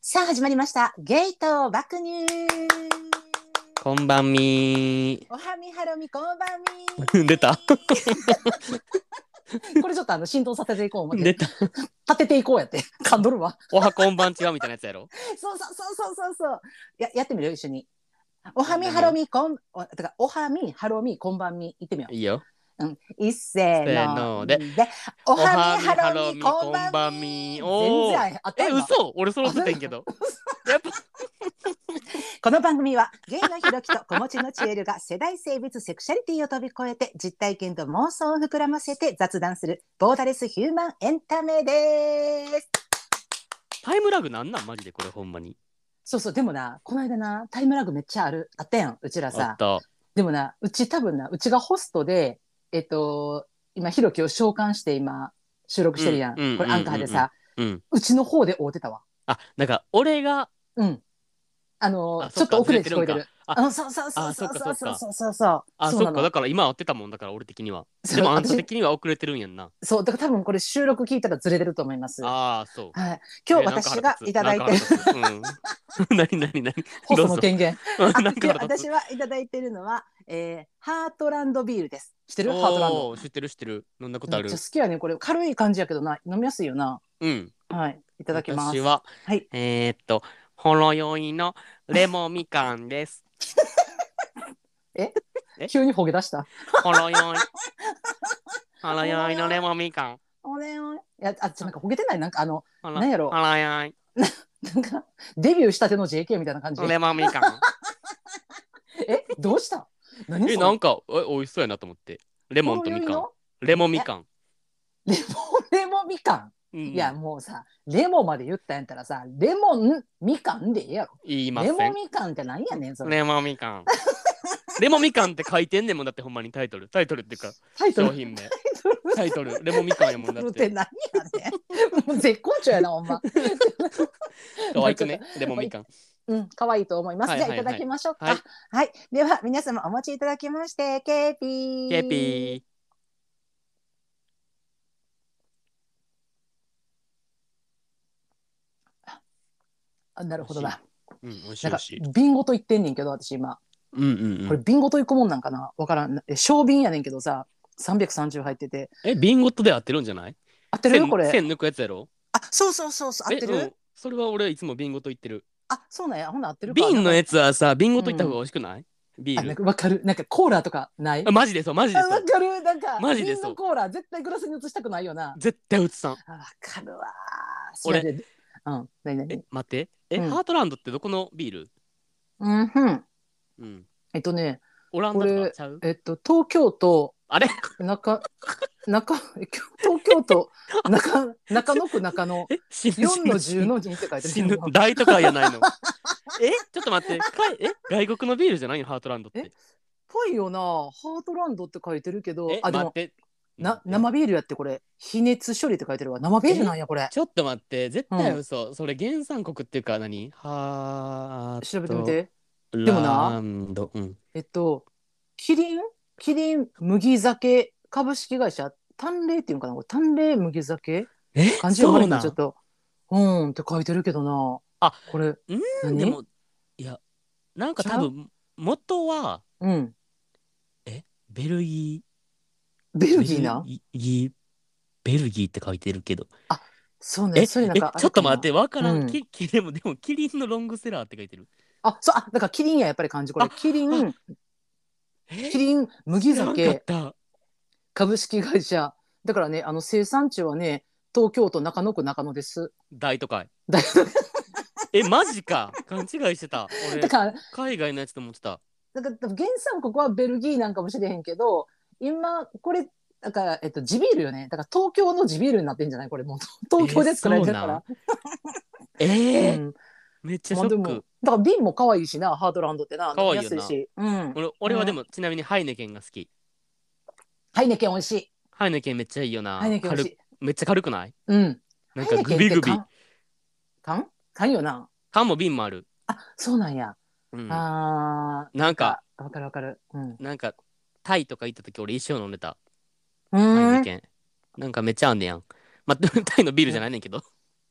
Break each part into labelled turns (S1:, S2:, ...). S1: 始まりました。ゲート爆乳。
S2: こんばんみ
S1: おはみはろみこんばんみ。
S2: ー。 出た
S1: これちょっとあの振動させていこう思って。
S2: 出た。
S1: 立てていこうや って。噛んどるわ。
S2: おはこんばんちはみたいなやつやろ
S1: そうそうそうそうそうそう。ややってみるよ一緒に。おはみはろみこんおてかおはみはろみこんばんみ言ってみよ
S2: いいよ。
S1: う。うん。いっせーの
S2: せーので
S1: お
S2: お
S1: はみはろみこんばんみ。
S2: んみ
S1: 全
S2: おー
S1: 然あった
S2: え、
S1: 今
S2: 嘘俺揃っててんけど。やっぱ、
S1: この番組は芸のひろきと子持ちのチエルが世代性別セクシャリティを飛び越えて実体験と妄想を膨らませて雑談するボーダレスヒューマンエンタメです。
S2: タイムラグなんなんマジでこれほんまに。
S1: そうそうでもなこの間なタイムラグめっちゃあるあったやんうちら
S2: あっ
S1: さ
S2: た。
S1: でもなうち多分なうちがホストでえっと今ひろきを召喚して今収録してるやん、
S2: うんうん
S1: これアンカーでさ、
S2: うん。
S1: うちの方で会うてたわ
S2: あ、なんか俺が、
S1: うんあの
S2: あ
S1: ちょ
S2: そ
S1: っ
S2: っか
S1: と遅れて聞こえて
S2: ず
S1: る
S2: れ
S1: あ
S2: あ
S1: のそうそうそう
S2: あ
S1: そ
S2: そっ
S1: う
S2: か
S1: そう
S2: そっか
S1: そうそうそう
S2: あ、
S1: そう
S2: そ
S1: な
S2: っ
S1: の
S2: か、だから今合ってたもんだから俺的には。
S1: そう
S2: でもあん
S1: 私
S2: た的には遅れてるんやんな。
S1: そう、だから多分これ収録聞いたらずれてると思います。は
S2: ああ、そう。
S1: い、今日私がいただいてる
S2: る。なになになに
S1: 放送
S2: どう
S1: の
S2: ぞ。
S1: 権限。あ
S2: な
S1: 今
S2: ん
S1: 日
S2: か腹立
S1: 私はいただいてるのは、えー、ハートランドビールです。知って
S2: つ
S1: るハートランド。
S2: おー知ってる知ってる。飲んだことあ
S1: めっ
S2: る
S1: ちゃ好。きやね、これ軽い感じやけどな、飲みやすいよな。
S2: うん。
S1: はい、いただきます
S2: 私。は、
S1: はい
S2: えーっと、ほろ酔いのレモンみかん です。え
S1: 急にほげ出した。
S2: ほろ酔い。ほろ酔いのレモンみかん。
S1: おねおね。いや、あ、ちょなんかほげてない、なんかあの、
S2: ほろ
S1: なんやろ
S2: ほろ酔い
S1: なんかデビューしたての J. K. みたいな感じ。
S2: レモンみ かん。
S1: え、どうした。何それ
S2: え、なんか、え、美味しそうやなと思って。レモンとみ
S1: ほ
S2: かん。
S1: ろ
S2: レモンみかん。
S1: 酔いのレモン、レモンみかん。
S2: うん
S1: いや、もうさ、レモンまで言ったんやったらさ、レモン、みかんでええやろ。
S2: 言いませ
S1: レモン
S2: ん。
S1: みかんってなんやねん、それ。
S2: レモンみかん。 レモンみかんって書いてんねんもんだってほんまにタイトル。タイトルっていうか、
S1: タイトル
S2: 商。品名。
S1: タイ トル
S2: タイトル。レモンみかんやもんだっ
S1: タイトルって
S2: て。
S1: 何やねん。もう絶好調や な、ほんま。
S2: 可愛くね。レモンみかん。
S1: うん、可愛いと思います。
S2: はい
S1: じゃあ、
S2: はい
S1: いただきましょうか。は
S2: はいい、
S1: では、皆様お持ちいただきまして、ケーピー。
S2: ケーピー。
S1: あなるほどな。
S2: うん、美味しい
S1: なん
S2: 美
S1: か
S2: 味しい。、
S1: ビンゴと言ってんねんけど、私今。
S2: うんうん
S1: こ
S2: う
S1: れ、
S2: ん。
S1: ビンゴと行くもんなんかなわからん。え小瓶やねんけどさ、330入ってて。
S2: え、ビンゴットで合ってるんじゃない
S1: 合ってる
S2: 線
S1: これ。
S2: 線抜くやつやろ
S1: あ、そうそうそうそう、合ってる、
S2: えうんそれは俺いつもビンゴと言ってる
S1: あ、そうなんや。ほんなら合ってるか
S2: 瓶のや
S1: つ。
S2: つはさビンゴと言った方が美味しくない、ビ
S1: あ
S2: ー
S1: なん
S2: ル
S1: かわかる。なんかコーラとかない
S2: あマジでそうマジで
S1: あ
S2: そ
S1: わ
S2: う
S1: かるなんか
S2: マジで
S1: 瓶
S2: そう
S1: のコーラ絶対グラスに移したくないよな
S2: 絶対うつさん
S1: あわかるわそれ
S2: 俺
S1: でうん何
S2: え
S1: 何
S2: 待ってえ、
S1: うん
S2: ハートランドってどこのビール
S1: うんふん
S2: うん
S1: えっとね
S2: オランダ
S1: ことれ
S2: かちゃう
S1: えっと東京都
S2: あれ
S1: 中中東京 都中中野区中野
S2: え死ぬ
S1: 4の10の2って書いて
S2: 死
S1: る
S2: ぬ大都会やないのえちょっと待ってかいえ外国のビールじゃないのハートランドって
S1: えぽいよなハートランドって書いてるけど
S2: え
S1: あで
S2: 待
S1: も
S2: って
S1: な
S2: 待って
S1: 生ビールやってこれ非熱処理って書いてるわ生ビールなんやこれ
S2: ちょっと待って絶対嘘、それ原産国っていうか何ハー
S1: 調べてみて
S2: ト
S1: でもな
S2: ランドうん
S1: えっと、キリン、キリン麦酒株式会社、淡麗っていうのかな、これ淡麗麦酒。
S2: え
S1: 漢字読まれ
S2: そう
S1: へん
S2: な
S1: のちょっと、うんって書いてるけどな。
S2: あ、
S1: これ、
S2: うん
S1: 何
S2: でもいやなんか
S1: ちゃ
S2: 多
S1: う
S2: 分元は
S1: うん、
S2: ベルギ
S1: ベ
S2: ー
S1: ルギーな。
S2: ベルギーベルギーって書いてるけど
S1: そうね、
S2: え
S1: それなんか
S2: えちょっと待っ
S1: って。
S2: てわから
S1: うん
S2: ん、ききでもでもキリンのロングセラーって書いてる
S1: あ、そう、あ、だからキリンや、やっぱり漢字、これ、
S2: あ
S1: キリン、
S2: え
S1: キリン麦
S2: 知らんかっ
S1: 酒
S2: た
S1: 株式会社。だからね、あの生産地はね、東京都中野区中野です。
S2: 大都会
S1: だ
S2: えマジか勘違いして
S1: だ
S2: た俺
S1: から、
S2: 海外のやつと思ってた
S1: なんか原産国はベルギーなんかもしれへんけど今これだから、えっと、地ビールよねだから東京の地ビールになってんじゃないこれも う東京で作られてるから、
S2: えー
S1: うん
S2: めっちゃシ
S1: ま
S2: ョ
S1: あで
S2: ッ
S1: も
S2: ク
S1: だから瓶も可愛いしなハードランドってな
S2: 可愛いよな
S1: 飲みやすいし、うん、
S2: 俺俺はでもちなみにハイネケンが好き
S1: ハイネケン美味しい
S2: ハイネケンめっちゃいいよな
S1: ハイネケン美味し
S2: 軽
S1: い
S2: めっちゃ軽くない
S1: うん
S2: なん
S1: ハイ
S2: か
S1: ネケン
S2: グ
S1: って
S2: ビグビ
S1: 缶缶缶よな
S2: 缶も瓶もある
S1: あそうなんや、
S2: うん
S1: あ
S2: なん
S1: ーあ
S2: か、
S1: わかるわかるうん
S2: なんか、タイとか行った時俺一生飲んでた。
S1: う
S2: タイ
S1: ー
S2: の
S1: ん
S2: 件。なんかめっちゃあんねやん。まあ、タイのビールじゃないねんけど。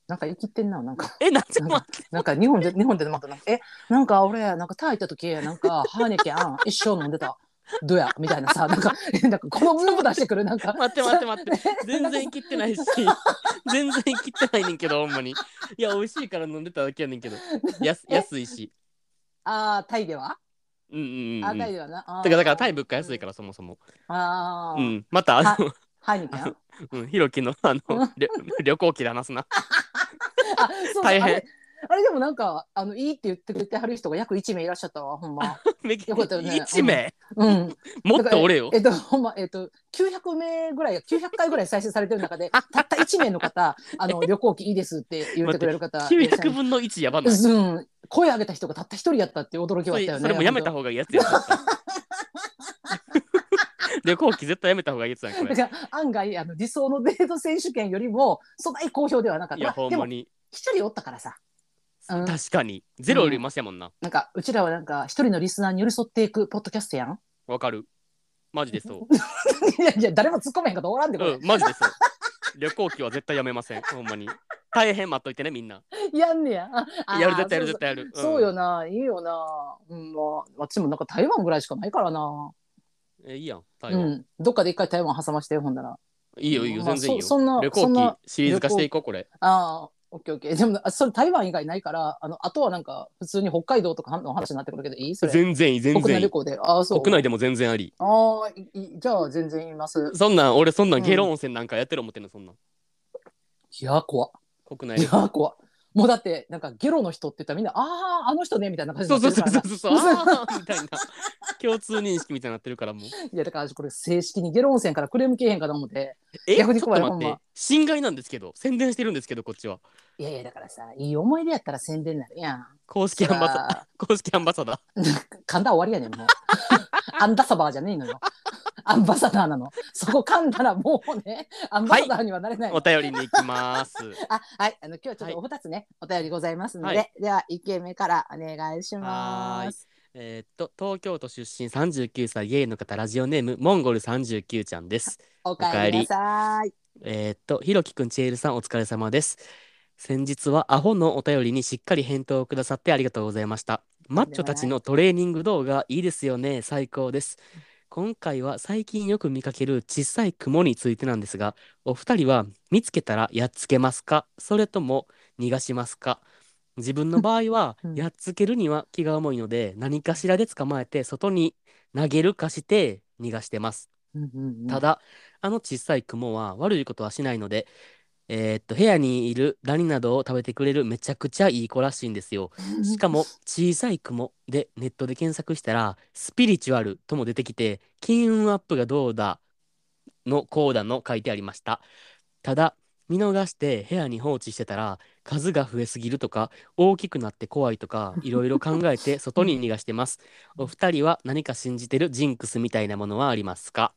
S1: なんか生きてんな、なんか。
S2: え、なんで待って。
S1: なんか日本で、日本でまたなんか、え、なんか俺、なんかタイ行った時、なんか、ハーネケン、一生飲んでた。どうやみたいなさ、なんか、 えなんか、この分布出してくる、なんか。
S2: 待って待って待って全然切ってないし全然切ってないねんけどほんまにいや美味しいから飲んでただけやねんけど安安いし
S1: ああ、タイでは。
S2: うんうんうん
S1: あー、
S2: だ
S1: タイ
S2: か
S1: ではな。あー
S2: らだからタイ物価安いからそもそも
S1: ああ、
S2: うんまたあの
S1: ハーネ ケン。
S2: うんひろきのあの
S1: うん
S2: 旅旅行記で話すな
S1: あ、そう
S2: 大変
S1: あれあれでもなんかあのいいって言ってくれてはる人が約1名いらっしゃったわほんま。よかったよね
S2: 1名
S1: うん。
S2: もっとおれよ
S1: えっとほんまえっと900名ぐらい900回ぐらい再生されてる中でたった1名の方あの旅行記いいですって言ってくれる方。
S2: 900分の1やばないそ
S1: うん。声上げた人がたった一人やったっていう驚きはあったよ
S2: れ
S1: ね。
S2: それもやめた方がいいやつやん 旅行記絶対やめた方がいいやつやんこ
S1: だ
S2: れ
S1: から案外あの理想のデート選手権よりもそんなに好評ではなかっ
S2: いや
S1: た。
S2: ほん
S1: で
S2: ま
S1: も
S2: に
S1: 一人おったからさ。うん、
S2: 確かにゼロよりマシやもんな
S1: なんかうちらはなんか一人のリスナーに寄り添っていくポッドキャストやん。
S2: わかるマジでそう
S1: いやいや誰も突っ込めへんかとおらんでこれ。
S2: うん、マジでそう。旅行記は絶対やめません、ほんまに。大変待っといてね、みんな。
S1: やんねや。ああー
S2: やる、絶対やる、絶対やる。
S1: そうそうそうよな、いいよな。うん、まあ、私もなんか台湾ぐらいしかないからな。
S2: うん。え、いいやん、台
S1: う
S2: 湾。
S1: ん、どっかで一回台湾挟ましてよ、ほんなら。
S2: いいよ、いいよ、
S1: まあ
S2: 全然いい
S1: そそん
S2: よ。
S1: な
S2: 旅
S1: そん
S2: 行
S1: な
S2: 記シリーズ化していこう、これ。
S1: ああ、オッケーオッケー。でも、あそれ台湾以外ないから、あの、あとはなんか、普通に北海道とかの話になってくるけど、いいそれ。
S2: 全然いい、全
S1: 国
S2: 然
S1: 内
S2: いい
S1: 旅。行で。ああ、そう。
S2: 国内でも全然あり。
S1: ああ、いいじゃあ全然言います。
S2: そんなん、俺、そんなん、
S1: うん
S2: ゲロ温泉なんかやってる思ってんの、そんなん。
S1: いや、怖っ
S2: 国内
S1: い
S2: 旅行。
S1: や、怖っもうだって、なんか、ゲロの人って言ったらみんな、ああ、あの人ね、みたいな感じ
S2: そう
S1: にな
S2: そ
S1: っ
S2: う
S1: てる
S2: そ
S1: からな
S2: うそうそう、あーみたいな。共通認識みたいになってるから、もう。
S1: いや、だから、これ正式にゲロ温泉からクレームけえへんかと思って。
S2: え、ちょ
S1: 逆
S2: っ
S1: に
S2: と
S1: 怖い
S2: 待っ
S1: ほん
S2: て
S1: ま。
S2: 侵害なんですけど、宣伝してるんですけど、こっちは。
S1: いやいや、だからさ、いい思い出やったら宣伝になるやん。
S2: 公式アンバサダー。公式アンバサダー。
S1: 噛んだら終わりやねん、もう。アンダサバーじゃねえのよ。アンバサダーなの。そこ噛んだらもうね、アンバサダーにはなれないの。
S2: お便りに行きます。
S1: あ、はい、あの、今日はちょっとお二つね、お便りございますので、
S2: は
S1: では、一件目からお願いします。
S2: えーっと東京都出身39歳ゲイの方ラジオネームモンゴル39ちゃんです。
S1: お帰りなさい。
S2: えーっとひろきくんちえるさんお疲れ様です。先日はアホのお便りにしっかり返答をくださってありがとうございました。マッチョたちのトレーニング動画いいですよね最高です。今回は最近よく見かける小さいクモについてなんですがお二人は見つけたらやっつけますかそれとも逃がしますか自分の場合は
S1: うん
S2: やっつけるには気が重いので何かしらで捕まえて外に投げるかして逃がしてます。
S1: うんうんうん
S2: ただあの小さいクモは悪いことはしないので、えーっと部屋にいるダニなどを食べてくれるめちゃくちゃいい子らしいんですよ。しかも小さい雲でネットで検索したらスピリチュアルとも出てきて金運アップがどうだのこうだの書いてありましたただ見逃して部屋に放置してたら数が増えすぎるとか大きくなって怖いとかいろいろ考 えて外に逃がしてますお二人は何か信じてるジンクスみたいなものはありますか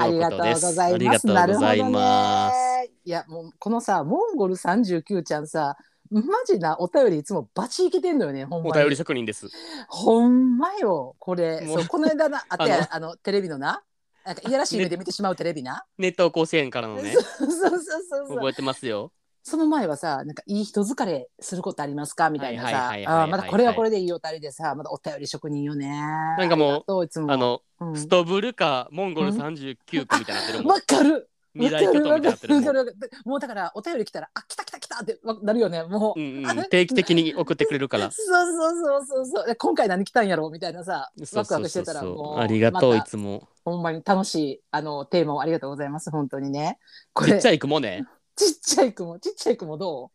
S1: あ
S2: の
S1: り
S2: こ
S1: がと
S2: と
S1: う
S2: です
S1: ございます。
S2: あ
S1: な
S2: り
S1: るほ
S2: がとうご
S1: ど
S2: ざい
S1: ね
S2: ます。
S1: いや、もう、このさ、モンゴル三十九ちゃんさ、マジなお便りいつもバチいけてんのよね、ほんま
S2: お
S1: に。
S2: 便り職人です
S1: ほんまよ、これ。
S2: もう
S1: そうこの間な、あった
S2: あ
S1: や、
S2: の
S1: あの、テレビのな。なんかいやらしい目で見てしまうテレビな。
S2: ネット甲子園からの ね
S1: そうそうそうそう
S2: 覚。えてますよ
S1: その前はさ、なんかいい人疲れすることありますかみたいなさ。
S2: は
S1: あ
S2: いはいはいはいはい
S1: ーまだこれはこれでいいおたりでさ、まだお便り職人よね。
S2: なんかもう
S1: そういつも。
S2: あの
S1: うん
S2: ストブルかモンゴル
S1: うん
S2: 39個みたいになってるもん。
S1: わかる。
S2: 未来巨頭みたいになってる
S1: わ
S2: も
S1: か
S2: ん。
S1: るわかるわかるもうだから、お便り来たら、あ、来た来た来たってわなるよね。もう。
S2: うんうん、定期的に送ってくれるから。
S1: そうそうそうそうそう。で今回何来たんやろうみたいなさ、
S2: そう
S1: ワク
S2: そ
S1: ワ
S2: う
S1: クし
S2: そ
S1: て
S2: う
S1: たら
S2: そ
S1: も
S2: う。
S1: う。
S2: ありがとう、
S1: ま
S2: い
S1: た
S2: つも。
S1: ほんまに楽しいあのテーマをありがとうございます本当にね。こ
S2: ち
S1: れ
S2: っちゃい雲ね。
S1: ちっちゃい雲ちっちゃい雲ど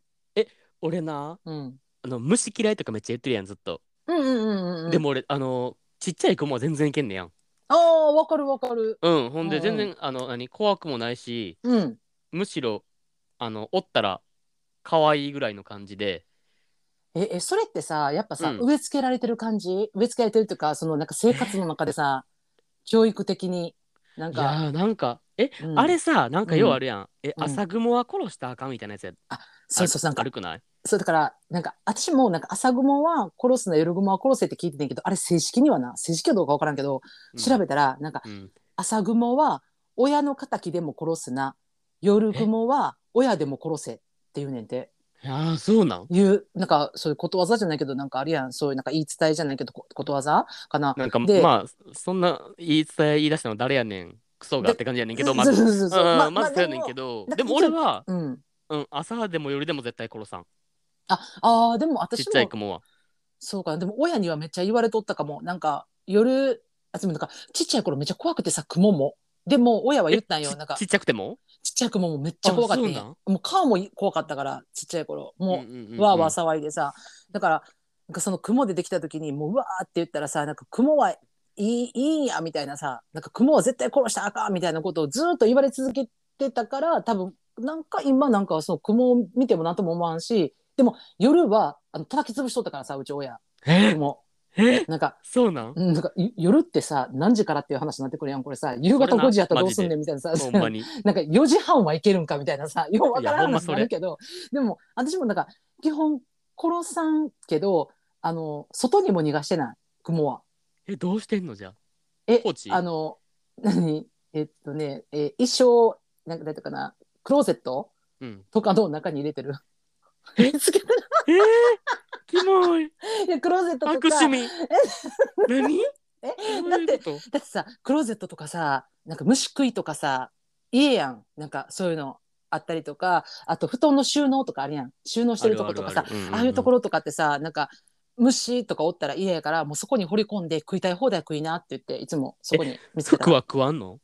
S2: 俺な、
S1: う？うん。
S2: あの虫嫌いとかめっちゃ言ってるやん、ずっと。
S1: うんうんうんうん。
S2: でも俺、あの、ちっちゃい雲は全然いけんねやん。
S1: ああわかるわかる。
S2: うん、ほんで
S1: うん
S2: 全然、あの、何、怖くもないし、
S1: うん。
S2: むしろ、あの、おったら、可愛いぐらいの感じで。
S1: ええそれってさやっぱさ、
S2: うん
S1: 植え付けられてる感じ植え付けられてるっていうかそのなんか生活の中で さ教育的になん
S2: い
S1: か、
S2: やー、なんか、え、
S1: うん
S2: あれさ、なんかようあるやん。え、
S1: うん
S2: 朝雲は殺したらあかんみたいなやつや。
S1: そうそうそうなんか
S2: 悪くない
S1: そうだからなんか私もなんか朝雲は殺すな夜雲は殺せって聞いてたけどあれ正式にはな正式かどうかわからんけど調べたらなんか
S2: うんうん
S1: 朝雲は親の敵でも殺すな夜雲は親でも殺せっって言うねんて
S2: ああ、そうなん
S1: いうなんかそういうことわざじゃないけどなんかあるやんそういうなんか言い伝えじゃないけどこことわざかな
S2: なんか、
S1: で
S2: まあ、そんな言い伝え言い出したの誰やねん。クソがって感じやねんけ ど、ま
S1: ずそ
S2: ず。
S1: うそうそう
S2: うん
S1: ま
S2: ま
S1: あ
S2: ずそうやねんけど
S1: まあ。で
S2: でも
S1: も
S2: 俺は、
S1: でもうん
S2: うん、朝でも夜でも絶対殺さん。
S1: ああーでも
S2: ちっ
S1: 私
S2: ちゃい
S1: も
S2: 子もは。
S1: そうかでも親にはめっちゃ言われとったかもなんか夜あつまりなんかちっちゃい頃めっちゃ怖くてさクモもでも親は言ったんよ
S2: え
S1: なんか
S2: ちちっちゃくても
S1: ちっちゃい子もめっちゃ怖かったん
S2: あ
S1: や
S2: そう
S1: もう顔も怖かったからちっちゃい頃もう
S2: うんうんうんうん
S1: わーわー騒いでさだからなんかその雲でできた時にもううわーって言ったらさなんか雲はいいいいんやみたいなさなんか雲は絶対殺したらあかんみたいなことをずーっと言われ続けてたから多分なんか今なんかその雲を見ても何とも思わんしでも夜はあの叩き潰しとったからさうち親
S2: え
S1: 雲
S2: え
S1: なんか
S2: そうなん
S1: うんなんかゆ夜ってさ何時からっていう話になってくるやんこれさ夕方
S2: それな
S1: 5時やったらど
S2: マ
S1: う
S2: ジです
S1: んねんみたいなさ
S2: ほんまに。
S1: なんか4時半はいけるんかみたいな さ、ようわからん
S2: いやほんま
S1: 話
S2: そ
S1: も
S2: れ
S1: あるけど、でも私もなんか基本殺さんけど、あの、外にも逃がしてない、雲は。
S2: え、どうしてんのじゃあ。
S1: え
S2: 放、置
S1: あの、何えっとね、えー衣装、なんかなんていうかな、クローゼット
S2: うん。
S1: とかの中に入れてる。
S2: え
S1: つけてる
S2: えー、キモい。
S1: い やクローゼット
S2: 悪
S1: とか。
S2: 趣味。何
S1: え、
S2: ど
S1: だ
S2: う
S1: っ
S2: い
S1: て
S2: う、こと
S1: だってさ、クローゼットとかさ、なんか虫食いとかさ、家やん。なんかそういうのあったりとか、あと布団の収納とかあるやん。収納してるとことかさ、ああいうとこ
S2: ろ。
S1: ろとかってさなんか虫とかおったら嫌やからもうそこに掘り込んで食いたい放題食いなって言っていつもそこに見つけた
S2: 服は食わんの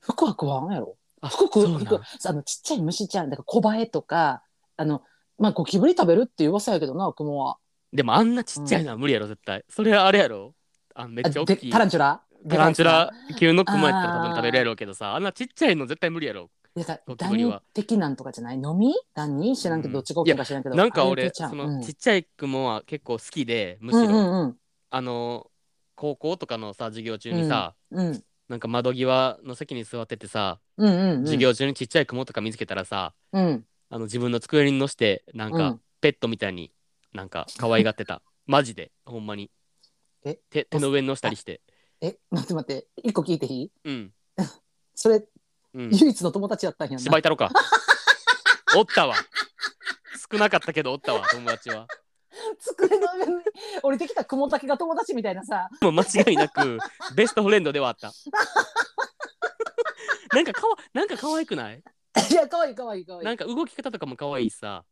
S1: 服は食わんやろ
S2: あ
S1: 服食
S2: そううなん
S1: 服あのちっちゃい虫ちゃんだからコバエとかあのまあゴキブリ食べるっていう噂やけどなクモは
S2: でもあんなちっちゃいのは無理やろ、絶対。それはあれやろあめっ
S1: あ
S2: ちゃ大
S1: で
S2: きい。
S1: タランチュラ
S2: タランチュラ級のクマやったら多
S1: あ
S2: 分
S1: ー
S2: 食べるやろうけどさ、あんなちっちゃいの絶対無理やろ。
S1: でか
S2: ゴキ
S1: ダ
S2: ブリ
S1: ニ
S2: は
S1: 的なんとかじゃないのみダニ知らんけ
S2: うん
S1: どどっちが大きいか知らんけど
S2: なんか
S1: あれ
S2: 俺、
S1: 系ちゃ
S2: そうの
S1: ん
S2: ちっちゃい雲は結構好きで、むし
S1: う
S2: ろ、
S1: んうんうん
S2: あの、高校とかのさ、授業中にさ、
S1: うん
S2: なんか窓際の席に座っててさ、
S1: うんうんうん
S2: 授業中にちっちゃい雲とか見つけたらさ、
S1: うん
S2: あの自分の机に乗せて、なん
S1: う
S2: か
S1: ん
S2: ペットみたいになんか可愛がってた。マジで、ほんまに。
S1: え
S2: 手手の上に乗せたりして。
S1: え待って待って一個聞いていい
S2: うん。
S1: それ
S2: うん。
S1: 唯一の友達やったんやんな
S2: 芝居太郎か。おったわ。少なかったけどおったわ、友達は。
S1: 机の上に降りてきた雲滝が友達みたいなさ
S2: もう間違いなく、ベストフレンドではあった。 なんかかわ、なんか可愛くない
S1: いや可愛い可愛い可愛い
S2: なんか動き方とかも可愛いしさ。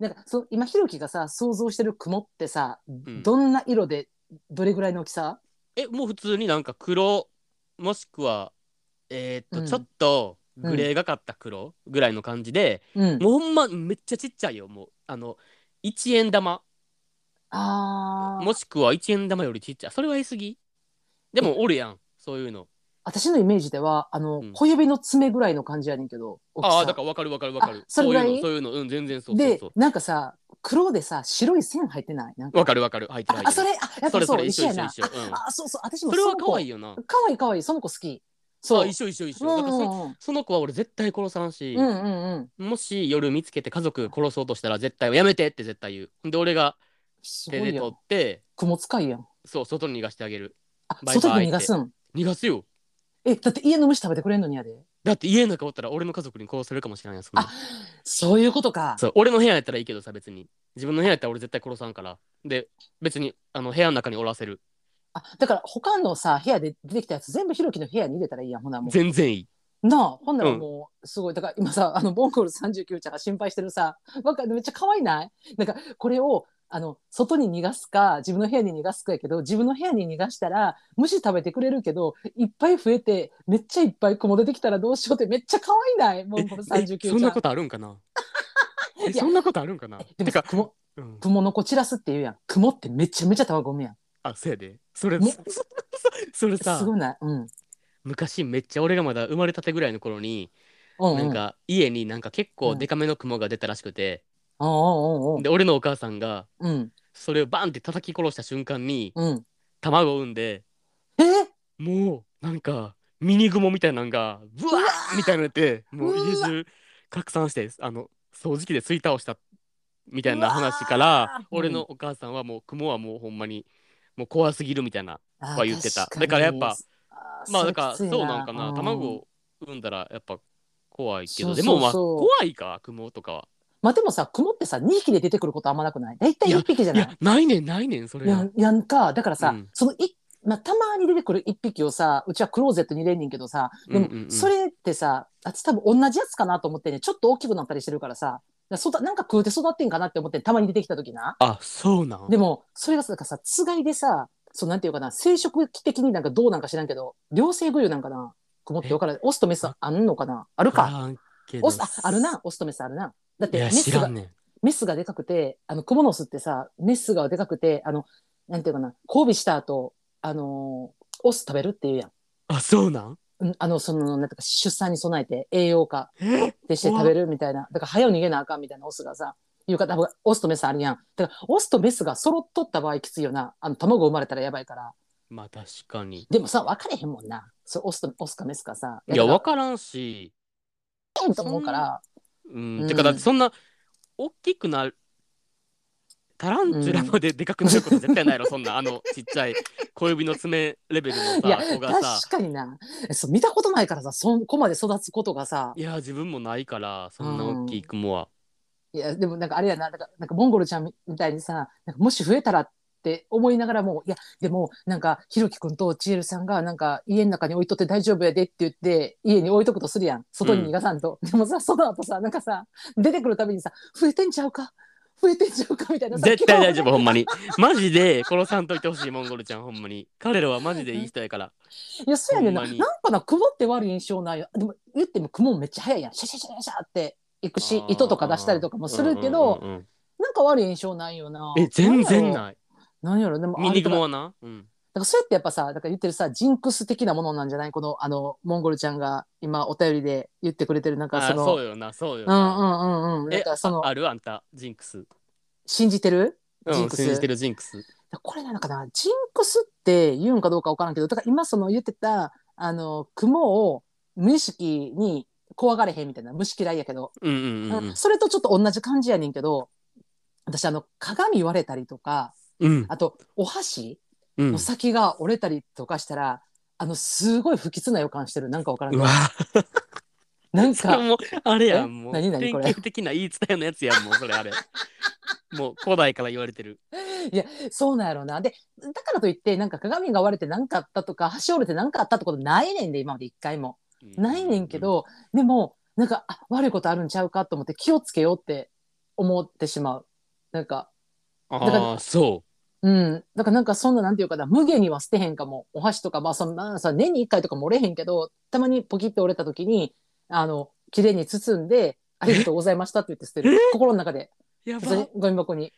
S1: なんかその今ひろきがさ想像してる雲ってさ、
S2: ん
S1: どんな色でどれぐらいの大きさ
S2: え、もう普通になんか黒、もしくは、えーっと、
S1: うん
S2: ちょっと、グレーがかった黒ぐらいの感じで、
S1: うん
S2: もうほんまめっちゃちっちゃいよ、もう。あの、1円玉。
S1: あー
S2: もしくは1円玉よりちっちゃい。それは言い過ぎでもおるやん、そういうの。
S1: 私のイメージではあの、
S2: うん
S1: 小指の爪ぐらいの感じやねんけど大きさ
S2: ああ、だから分かる分かる分かる
S1: あ。それぐらい
S2: そういうの、そういうの、うん、全然そうそう
S1: で
S2: そう。
S1: なんかさ黒でさ白い線入ってないなんか
S2: 分かる分かる。入ってる
S1: あ
S2: 入
S1: あ
S2: って
S1: そ
S2: る
S1: れあやっ
S2: そ
S1: ぱ
S2: れそ
S1: そう
S2: れ
S1: 一
S2: 一緒
S1: 緒や
S2: 一緒
S1: な
S2: 一緒。うん
S1: あそうそう私も
S2: それは
S1: の子
S2: 可愛いよな。
S1: 可愛い可愛いその子好き
S2: あ
S1: そう
S2: 一緒一緒一
S1: うん
S2: 緒。だから
S1: う
S2: そ
S1: んうん
S2: その子は俺絶対殺さんし
S1: う、んうんうん
S2: もし夜見つけて家族殺そうとしたら絶対やめてって絶対言う。ほんで俺が
S1: す
S2: 手
S1: ご
S2: で
S1: いやん
S2: 取って、
S1: 雲使いやん
S2: そう、外に逃がしてあげる。
S1: あ
S2: バイバイ
S1: 外に逃がすん
S2: 逃がすよ。
S1: えだって家の虫食べてくれんのにやで
S2: だって家の中おったら俺の家族に殺されるかもしれないやんそんな
S1: あそういうことか
S2: そう、俺の部屋やったらいいけどさ、別に。自分の部屋やったら俺絶対殺さんから。で、別にあの部屋の中におらせる。
S1: あだから他のさ部屋で出てきたやつ全部ひろきの部屋に入れたらいいやんほなも
S2: 全然いい。
S1: うなあほんならもうすごい、だから今さあのボンゴール39ちゃんが心配してるさわかめっちゃ可愛いないなんかこれをあの外に逃がすか自分の部屋に逃がすかやけど自分の部屋に逃がしたら虫食べてくれるけどいっぱい増えてめっちゃいっぱい雲出てきたらどうしようってめっちゃ可愛いないボンゴール
S2: え
S1: 39ちゃん
S2: そんなことあるんかなえ
S1: いや
S2: そんなことあるんかな
S1: えでも
S2: て
S1: さ
S2: か、
S1: 雲
S2: うん、
S1: 雲の子散らすって言うやん雲ってめちゃめちゃ卵産むやん
S2: あせやでそ れ
S1: も
S2: それさ
S1: すごいないうん
S2: 昔めっちゃ俺がまだ生まれたてぐらいの頃
S1: うん
S2: に、なんか家になんか結構
S1: うん
S2: デカめの雲が出たらしくて、
S1: うんうんうん
S2: で俺のお母さんが
S1: うん
S2: それをバンって叩き殺した瞬間に
S1: うん
S2: 卵を産んで
S1: え
S2: もうなんかミニ雲みたいなんがブワーみたいになってもう家中拡散してあの掃除機で吸い倒したみたいな話か
S1: うわ
S2: ら
S1: ー
S2: 俺のお母さんはもう雲はもうほんまにもう怖すぎるみたいな
S1: あ
S2: は言ってた
S1: 確に
S2: だからやっぱ
S1: あー
S2: ま
S1: そ
S2: あだ
S1: れ
S2: から
S1: きつ
S2: そ
S1: いう
S2: なんかな、卵
S1: うん
S2: を産んだらやっぱ怖いけど
S1: そう
S2: でもまあ
S1: そうそう
S2: 怖いか雲とかは
S1: まあでもさ、雲ってさ、2匹で出てくることあんまなくない大体1匹じゃ
S2: い
S1: ない
S2: やないねんないねんそれ
S1: や
S2: が
S1: んやんか。だからさ、
S2: うん
S1: そのい、まあ、たまに出てくる一匹をさ、うちはクローゼットに入れんねんけどさ、でも
S2: うんうんう、ん
S1: それってさ、あいつ多分同じやつかなと思ってね、ちょっと大きくなったりしてるからさ、だそたなんか食うて育ってんかなって思って、たまに出てきた時な。
S2: あそうなん
S1: でも、それがさ、なんかさ、つがいでさ、そうなんていうかな、生殖器的になんかどうなんか知らんけど、両性具有なんかな、雲ってわからん。オスとメスあんのかなある
S2: 知
S1: か。
S2: らんけど
S1: オス、あ、あるな、オスとメスあるな。だっ
S2: い
S1: て、メ
S2: や
S1: ス
S2: 知ら
S1: が
S2: ん、ねん
S1: メスがでかくて、あの、クモの巣ってさ、メスがでかくて、あの、なんていうかな、交尾した後、あのーオス食べるっていうやん。
S2: あそうなん
S1: うんあの、その、なんていうか、出産に備えて栄養化
S2: え
S1: でして
S2: 怖っ
S1: 食べるみたいな。だから、早う逃げなあかんみたいなオスがさ、いうか、多分オスとメスあるやん。だから、オスとメスが揃っとった場合きついよな。あの、卵生まれたらやばいから。
S2: まあ確かに
S1: でもさ、分かれへんもんな。それオスと、オスかメスかさ。
S2: いや
S1: だ
S2: 分
S1: か
S2: からんし
S1: れへんと思うから。
S2: うん、
S1: うん
S2: てかだってそんな大きくなるタランチュラまででかくなること絶対ないやろ、そんなあのちっちゃい小指の爪レベルの
S1: いや
S2: さ子がさ
S1: 確かになそう見たことないからさそこまで育つことがさ
S2: いや自分もないからそんな大きい雲は、
S1: いやでもなんかあれやななんかなんかモンゴルちゃんみたいにさなんかもし増えたらって思いながらもいやでもなんかひろきくんとちえるさんがなんか家の中に置いとって大丈夫やでって言って家に置いとくとするやん外に逃がさんと、でもさその後さなんかさ出てくるたびにさ増えてんちゃうか増えてんちゃうかみたいなさ
S2: 絶対大
S1: 今日
S2: 丈夫ほんまにマジで殺さんといてほしいモンゴルちゃんほんまに彼らはマジでいい人やから
S1: いやそうやねんな
S2: ほ
S1: な
S2: んま
S1: ん
S2: に
S1: かな雲って悪い印象ないよでも言っても雲めっちゃ早いやんシャシャシャシャっていくし
S2: あー
S1: 糸とか出したりとかもするけど、
S2: うんうんうん
S1: なんか悪い印象ないよな
S2: うんえ全然
S1: なんやろ
S2: ない
S1: なんやろでも
S2: ミニグ
S1: あ
S2: モ
S1: れとか
S2: はな、うん、
S1: だからそうやってやっぱさだから言ってるさジンクス的なものなんじゃないこのあのモンゴルちゃんが今お便りで言ってくれてるなんか
S2: あ
S1: その
S2: そうよなそう
S1: う
S2: よ
S1: ん
S2: な、
S1: うんうんうん
S2: え
S1: なんかその
S2: あるあんたジンクス、
S1: 信じてる
S2: うん、
S1: ジンクス
S2: 信じてるジンクス
S1: これなのかなジンクスって言うんかどうかわからんけどだから今その言ってたあの雲を無意識に怖がれへんみたいな虫嫌いやけど、
S2: うんうんうん
S1: それとちょっと同じ感じやねんけど私あの鏡割れたりとか
S2: うん
S1: あとお箸
S2: うん、うん
S1: の先が折れたりとかしたら、あのすごい不吉な予感してるなんかわからんけ
S2: う
S1: ど
S2: わ
S1: なん
S2: それ
S1: か
S2: もうあれや
S1: え
S2: んもう
S1: 何々
S2: 典
S1: これ
S2: 型的な言い伝えのやつやんもうそれあれもう古代から言われてる
S1: そうなんやろうなでだからといってなんか鏡が割れて何かあったとか箸折れて何かあったってことないねんで今まで一回もないねんけ、ど、でもなんかあ悪いことあるんちゃうかと思って気をつけようって思ってしまうなんか
S2: うん
S1: だか
S2: あ
S1: ら
S2: あそう
S1: うんだからなんかそんななんていうかな無限には捨てへんかもお箸とかまあそんなさ年に一回とかも折れへんけどたまにポキって折れた時にあの綺麗に包んでありがとうございましたって言って捨てる心の中で
S2: や
S1: それ
S2: ば
S1: ゴミ箱に。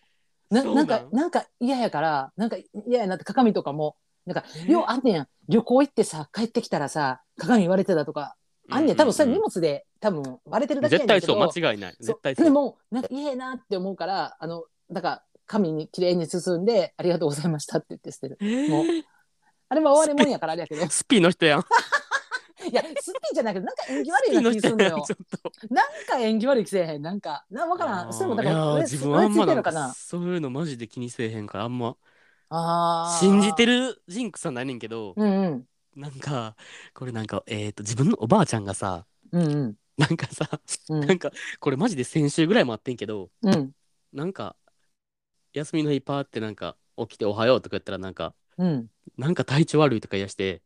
S1: な
S2: そう
S1: な
S2: なんん
S1: か、なんか嫌やから、なんか嫌やなって鏡とかも、なんか、
S2: え
S1: ようあんねん。旅行行ってさ、帰ってきたらさ、鏡言われてたとか、あんねん。多分それ荷物で、多分割れてるだけやね
S2: 絶
S1: んけど。
S2: 対そう間違いない絶対
S1: そう
S2: そ
S1: で
S2: う
S1: も、なんか嫌やなって思うから、あの、なんか、紙に綺麗に包んで、ありがとうございましたって言って捨てる。
S2: えー
S1: もあれは終わりもんやからあれやけど。い
S2: スピの人やん。ス
S1: や、すっぴんじゃないけど、なんか縁起悪
S2: ピ
S1: いな
S2: の
S1: 気すん
S2: 人
S1: の
S2: やん。
S1: よ
S2: ちょ。っと。
S1: なんか縁起悪い気せえへん。なんか、な、わからん。それもだか
S2: いや
S1: ら、
S2: ー
S1: 俺、
S2: 自分はあ
S1: 俺
S2: んま
S1: ついて
S2: なん
S1: の
S2: ん
S1: かな
S2: か。そういうのマジで気にせえへんからあんま
S1: ああ。
S2: 信じて
S1: る。
S2: るジンクスはないねんけど、
S1: うんうん。
S2: なんかこれなんかえっ、と自分のおばあちゃんがさ
S1: うんうん。
S2: なんかさ、
S1: うん
S2: なんかこれマジで先週ぐらいもあってんけど
S1: うん。
S2: なんか休みの日パーってなんか起きて「おはよう」とか言ったらなんか
S1: うん。
S2: なんか体調悪いとか言い出して、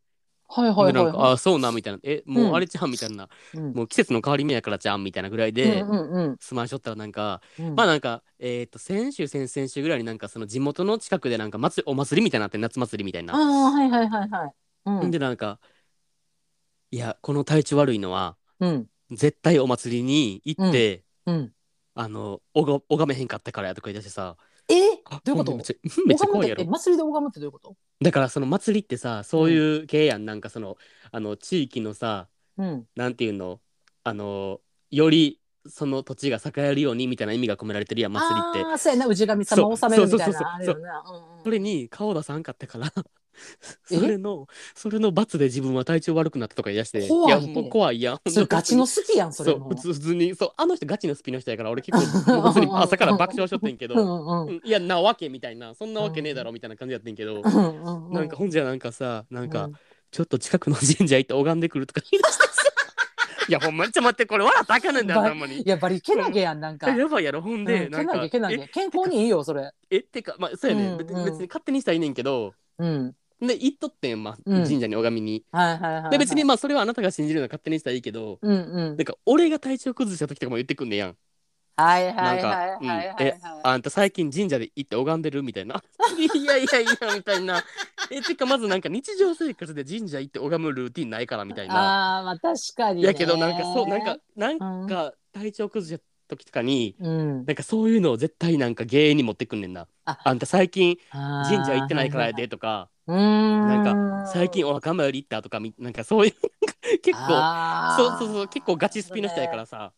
S1: はいはい
S2: でな
S1: は
S2: ん
S1: い
S2: か
S1: は
S2: あそうなみたいなえ
S1: う
S2: も
S1: ん
S2: うあれじゃんみたいな、
S1: い。うん
S2: もう季節の変わり目やからじゃんみたいなぐらいで、
S1: うんうん
S2: すましょったらなんか
S1: うん。
S2: まあなんか、えっ、と、先週、先々週ぐらいになんか、その地元の近くでなんか祭り、お祭りみたいなのあって、夏祭りみたい
S1: あ
S2: な。
S1: あ、はいはいはいはい。うん
S2: で、なんか、いや、この体調悪いのは、
S1: うん
S2: 絶対お祭りに行って、
S1: うん。
S2: あの、おが、拝めへんかったからやとか言い出してさ、
S1: えど
S2: ど
S1: ういうこと
S2: めっちゃ、 めっち
S1: 拝
S2: ゃ
S1: む
S2: 怖
S1: っ
S2: い
S1: て
S2: や
S1: って
S2: ろ。
S1: 祭りで拝むってどういうこと
S2: だから、その祭りってさ、そういう系やん、なんかその、あの、地域のさ、
S1: うん。
S2: なんていうの、あの、より、その土地が栄えるようにみたいな意味が込められてるやん、祭りって。
S1: ああ、そうやな、氏神様を納めるみたい
S2: そうそうそうそう
S1: な。あれよな。うん
S2: そ
S1: うん
S2: れに顔出さんかった から
S1: え
S2: それのそれの罰で自分は体調悪くなったとか言い出して
S1: 怖い
S2: やもう怖いやん
S1: それガチの
S2: ス
S1: 好きやん、そ
S2: そ
S1: れ
S2: う
S1: も。
S2: 普通普通にそうあの人ガチのスピの人やから俺結 構普通に朝から爆笑しとってんけ
S1: うんう
S2: ど
S1: ん
S2: うんいやなわけみたいなそんなわけねえだろみたいな感じやってんけ
S1: うん
S2: ど
S1: うんうん。
S2: なんかほんじゃなんかさなん
S1: う
S2: か
S1: ん
S2: ちょっと近くの神社行って拝んでくるとか言い出してさいや、ほんまに、ちょ、待って、これ、笑ったらあかんねんだよ、
S1: ば
S2: ほんまに。
S1: いやバリけなげやんなんか。
S2: やばいやろ、ほんで、
S1: うん
S2: な
S1: け
S2: ん
S1: な
S2: か
S1: げけ、なげ健康にいいよそれ。
S2: え、えってか、まあ、そうやね、
S1: うん
S2: 別
S1: うん
S2: 別に勝手にしたらいいねんけど、
S1: うん。
S2: で、行っとってん、まあ、
S1: うん
S2: 神社に拝みに。
S1: はいはいはいはい。
S2: で、別に、まあ、それはあなたが信じるのは勝手にしたらいいけど、
S1: うんうん
S2: なん。か、俺が体調崩した時とかも言ってくんねやん。
S1: はいはい
S2: な
S1: は
S2: ん
S1: い
S2: か
S1: はい
S2: うん
S1: はいは
S2: え
S1: いはい。
S2: あんた最近神社で行って拝んでるみたいな。いやいやいやみたいな。えてかまずなんか日常生活で神社行って拝むルーティンないからみたい
S1: あ
S2: な。
S1: あまあ確かにね。
S2: やけどなんかそうなんかなんか体調崩した時とかに。
S1: うん。
S2: なんかそういうのを絶対なんか原因に持ってくんねんな。
S1: あ
S2: あんた最近
S1: 神
S2: 神社行ってないからや。でとか、
S1: うーん。
S2: なんか最近お墓参り行ったとかみなんかそういう なんか結構
S1: あー
S2: そうそうそう結構ガチスピの人やからさ。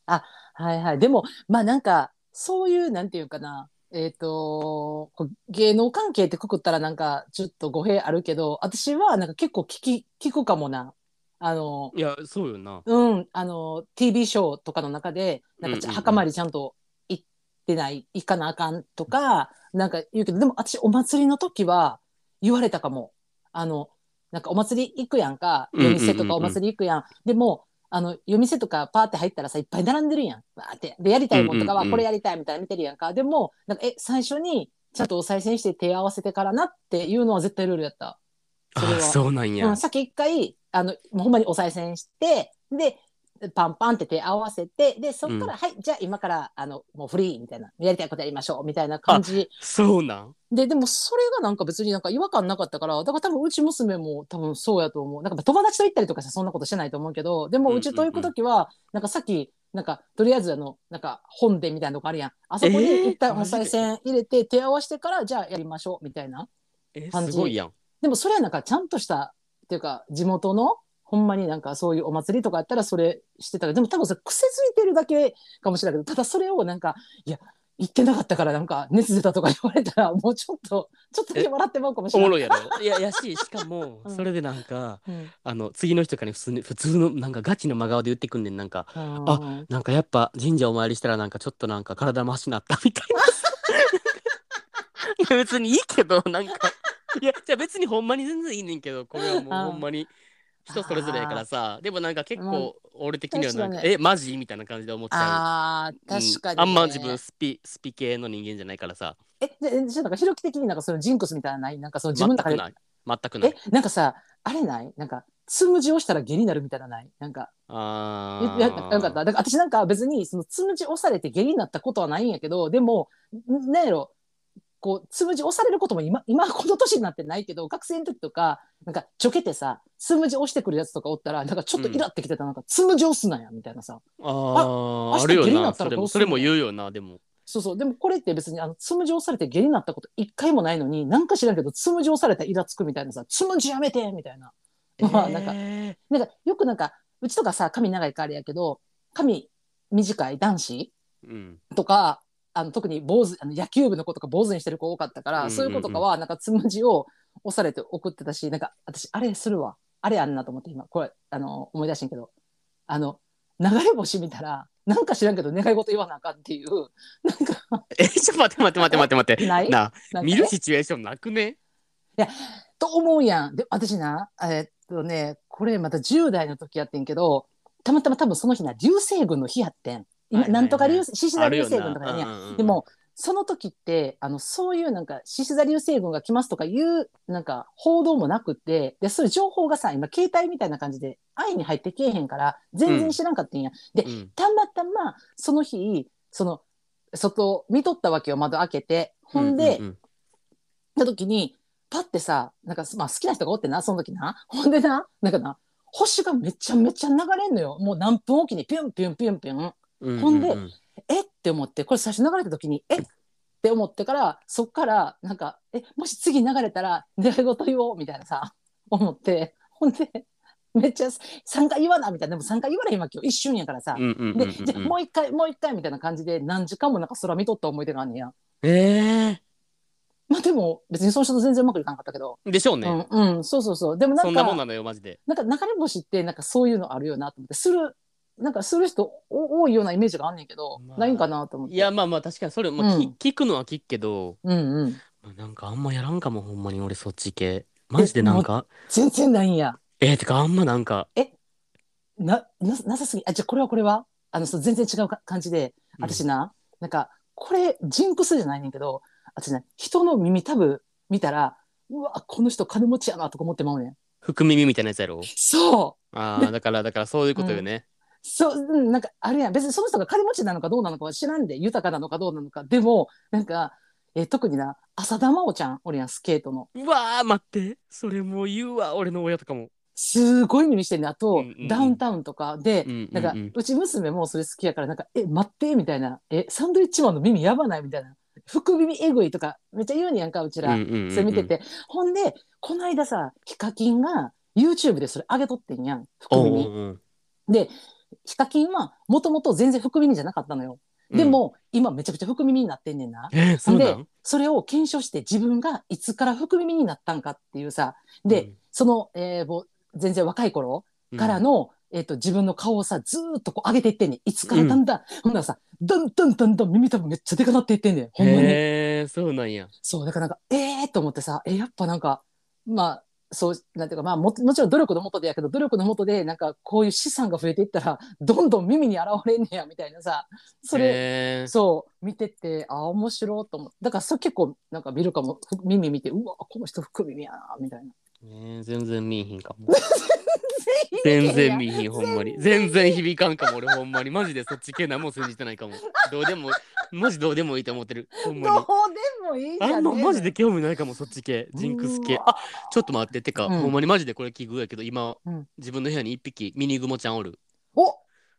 S1: はいはい。でも、まあなんか、そういう、なんていうかな、えっ、と、こう芸能関係ってくくったらなんか、ちょっと語弊あるけど、私はなんか結構聞き、聞くかもな。あの、
S2: いやそうよな。
S1: うん、あの、TV ショーとかの中で、なんかち
S2: うんうんう
S1: ょ、
S2: ん
S1: 墓参りちゃんと行ってない、行かなあかんとか、なんか言うけど、でも私、お祭りの時は言われたかも。あの、なんかお祭り行くやんか、
S2: うんうんうん
S1: 夜
S2: うん
S1: 店とかお祭り行くやん。でも、あの、夜店とかパーって入ったらさ、いっぱい並んでるやん。わーって。で、やりたいもんとか
S2: うんうん
S1: は、
S2: うん
S1: これやりたいみたいな見てるやんか。でも、なんか、え、最初に、ちゃんとお賽銭して手合わせてからなっていうのは絶対ルールやった。
S2: あ
S1: それは
S2: ーそうなんや。
S1: うん、さっき一回あのもうほんまにお賽銭してでパンパンって手合わせてでそっから、
S2: うん
S1: はいじゃあ今からあのもうフリーみたいなやりたいことやりましょうみたいな感じ
S2: そうなん。
S1: ででもそれがなんか別になんか違和感なかったからだから多分うち娘も多分そうやと思うなんか友達と行ったりとかさそんなことしてないと思うけどで
S2: うん
S1: も
S2: うんうん
S1: うちと行く時は、なんかさっきなんかとりあえずあのなんか本殿みたいなとこあるやんあそこに
S2: えー
S1: 一旦お
S2: マジで
S1: 賽銭入れて手合わせてからじゃあやりましょうみたいな
S2: え
S1: 感
S2: す
S1: じ
S2: ごいやん。
S1: でもそれはなんかちゃんとしたっていうか地元のほんまになんかそういうお祭りとかやったらそれしてたけどでも多分それ癖ついてるだけかもしれないけどただそれをなんかいや言ってなかったからなんか熱出たとか言われたらもうちょっと ちょっとだけ笑ってまうかもし
S2: お
S1: れ
S2: も
S1: ない。
S2: ろいやろ。 いや、やし、しかも、
S1: うん
S2: それでなんか、
S1: うん
S2: あの、次の人から普通に、普通の、なんかガチの真顔で言ってくんねん、なんか、
S1: あ
S2: なんかやっぱ神社お参りしたらなんかちょっとなんか体マシなったみたい な。いや、別にいいけど、なんか、いや、じゃあ別にほんまに全然いいねんけど、これはもう
S1: あー
S2: ほんまに。人それぞれやからさ、でもなんか結構俺的にはなんか、
S1: 確かに
S2: え、マジみたいな感じで思っちゃう。
S1: あー確かに、
S2: うんあんま自分スピ、スピ系の人間じゃないからさ、
S1: えでじゃあなんかひろき的になんかそのジンクスみたいなのないなんかその自
S2: 全
S1: 分
S2: く
S1: の中で
S2: ない。全くない
S1: え。なんかさあれないなんかつむじをしたら下痢になるみたいなのないなんか
S2: あ
S1: え
S2: あ。
S1: やなんかあっただから私なんか別にそのつむじ押されて下痢になったことはないんやけどでもんなんやろこうつむじ押されることも今今 この年になってないけど学生の時とかなんかちょけてさつむじ押してくるやつとかおったらなんかちょっとイラってきてた、なんかつむじ押すなやみたいなさ
S2: あ
S1: 明
S2: あ
S1: 日
S2: あるよ
S1: 下痢にな
S2: な
S1: った
S2: そ
S1: ら
S2: れ
S1: ど
S2: も
S1: うす
S2: そ
S1: んの
S2: れも言うよなでも
S1: そうそうでもこれって別にあのつむじ押されて下痢になったこと一回もないのになんか知らんけどつむじ押されたらイラつくみたいなさつむじやめてみたい な。まあなんか
S2: え
S1: なんかよくなんかうちとかさ髪長いからあれやけど髪短い男子
S2: ーうん
S1: とかあの特に坊主あの野球部の子とか坊主にしてる子多かったから、
S2: うんうんうん
S1: そういう子とかはなんかつむじを押されて送ってたしなんか私あれするわあれあんなと思って今これあの思い出してんけどあの流れ星見たらなんか知らんけど願い事言わなあかんっていうなんか
S2: えちょっと待って待って待って待って待って
S1: ない
S2: な
S1: なんか
S2: 見るシチュエーションなくね
S1: と思うやん。で、私な、えーっとね、これまた10代の時やってんけど、たまたま多分その日な、流星群の日やってん。今
S2: はいはいは
S1: な
S2: い
S1: んとか流星、獅子座
S2: あ
S1: 流
S2: るよ
S1: 星
S2: な
S1: 群とかやねんや
S2: うんうんうん
S1: でも、その時って、あの、そういうなんか、獅子座流星群が来ますとかいう、なんか、報道もなくて、で、そういう情報がさ、今、携帯みたいな感じで、愛に入ってけえへんから、全然知らんかったんや。で
S2: う、ん
S1: たまたま、その日、その、外、見とったわけよ、窓開けて。ほんで、
S2: うう
S1: った時にパッてさなんか、まあ、好きな人がおってなその時なほんでななんかな星がめちゃめちゃ流れんのよもう何分おきにピュンピュンピュンピュン
S2: うう
S1: ほんで
S2: うう
S1: えって思ってこれ最初流れた時にえって思ってからそっからなんかえもし次流れたら願い事言おうみたいなさ 思ってほんでめっちゃ3回言わなみたいなでも3回言われへんわけよ一瞬やからさ、
S2: うんうんうん
S1: で
S2: うん
S1: じゃあもう一回もう一回みたいな感じで何時間もなんか空見とった思い出があんねや
S2: え
S1: まあでも別にその人と全然うまくいかなかったけど
S2: ーでしょうね
S1: うん、うん、そうそうそう。でもな
S2: そ
S1: ん
S2: ん
S1: か、
S2: な
S1: な
S2: もんなのよマジで
S1: んか流れ星って、なんかそういうのあるよなと思って、する、なんかする人お多いようなイメージがあんねんけど、
S2: まあ
S1: ないんかなと思って。
S2: いや、まあまあ確かにそれまあ
S1: うん
S2: き聞くのは聞くけど
S1: うんうん。
S2: まあなんかあんまやらんかもほんまに俺そっち系マジでなんか
S1: 全然ないんや。
S2: えーてかあんまなんか
S1: えな、な、なさすぎ。あ、じゃあこれはこれはあの、そう全然違うか感じで、
S2: うん
S1: 私な、なんか、これ、ジンクスじゃないねんけど、私ね、人の耳多分見たら、うわ、この人金持ちやなとか思ってまうねん。
S2: 含み耳みたいなやつやろ
S1: そう
S2: ああだからだからそういうことよね、
S1: そう、うんなんかあるやん。別にその人が金持ちなのかどうなのかは知らんで、豊かなのかどうなのか。でも、なんか、えー特にな、浅田真央ちゃん、俺やん、スケートの。
S2: うわー待ってそれもう言うわ俺の親とかも
S1: すごい耳してるね。あと、
S2: うんうんうん
S1: ダウンタウンとかで、
S2: うんうんうん
S1: なんか、うち娘もそれ好きやから、なんか、え、待って、みたいな。え、サンドウィッチマンの耳やばないみたいな。福耳えぐいとか、めっちゃ言うねやんか、うちら。
S2: うんうんうんうん
S1: それ見てて。ほんで、この間さ、ヒカキンが YouTube でそれ上げとってんやん。福
S2: おう
S1: 耳。
S2: おう
S1: で、ヒカキンは、もともと全然福耳じゃなかったのよ。
S2: うん
S1: でも、今めちゃくちゃ福耳になってんねんな。
S2: えーそうな
S1: で
S2: ん、
S1: それを検証して自分がいつから福耳になったんかっていうさ、で、
S2: うん
S1: その、えー、もう全然若い頃からの、えっと、自分の顔をさ、ずーっとこう上げていってんねん。いつからだんだん、ほんならさ、だんだんだんだん耳たぶめっちゃでかなっていってんねん。ほんまに。
S2: へえそうなんや
S1: そう、だからなんか、えーと思ってさ、えやっぱなんか、まあ、そう、なんていうか、まあも、もちろん努力のもとでやけど、努力のもとで、なんか、こういう資産が増えていったら、 どんどん耳に現れんねや、みたいなさ、それ、
S2: へー
S1: そう、見てて、あ、面白いと思う。だから、それ結構、なんか見るかも、ふ耳見て、うわ、この人、福耳やな、みたいな。
S2: ねえ全然見えひんか も全然見えひんほんまに全然響かんかも俺ほんまにマジでそっち系何も信じてないかもどうでもマジどうでもいいと思ってるほん
S1: ど
S2: まに
S1: うでもいいじゃん。
S2: あんまマジで興味ないかもそっち系ジンクス系
S1: うわ
S2: あちょっと待っててか、
S1: うん
S2: ほんまにマジでこれ奇遇やけど今、
S1: うん
S2: 自分の部屋に一匹ミニグモちゃんおる
S1: お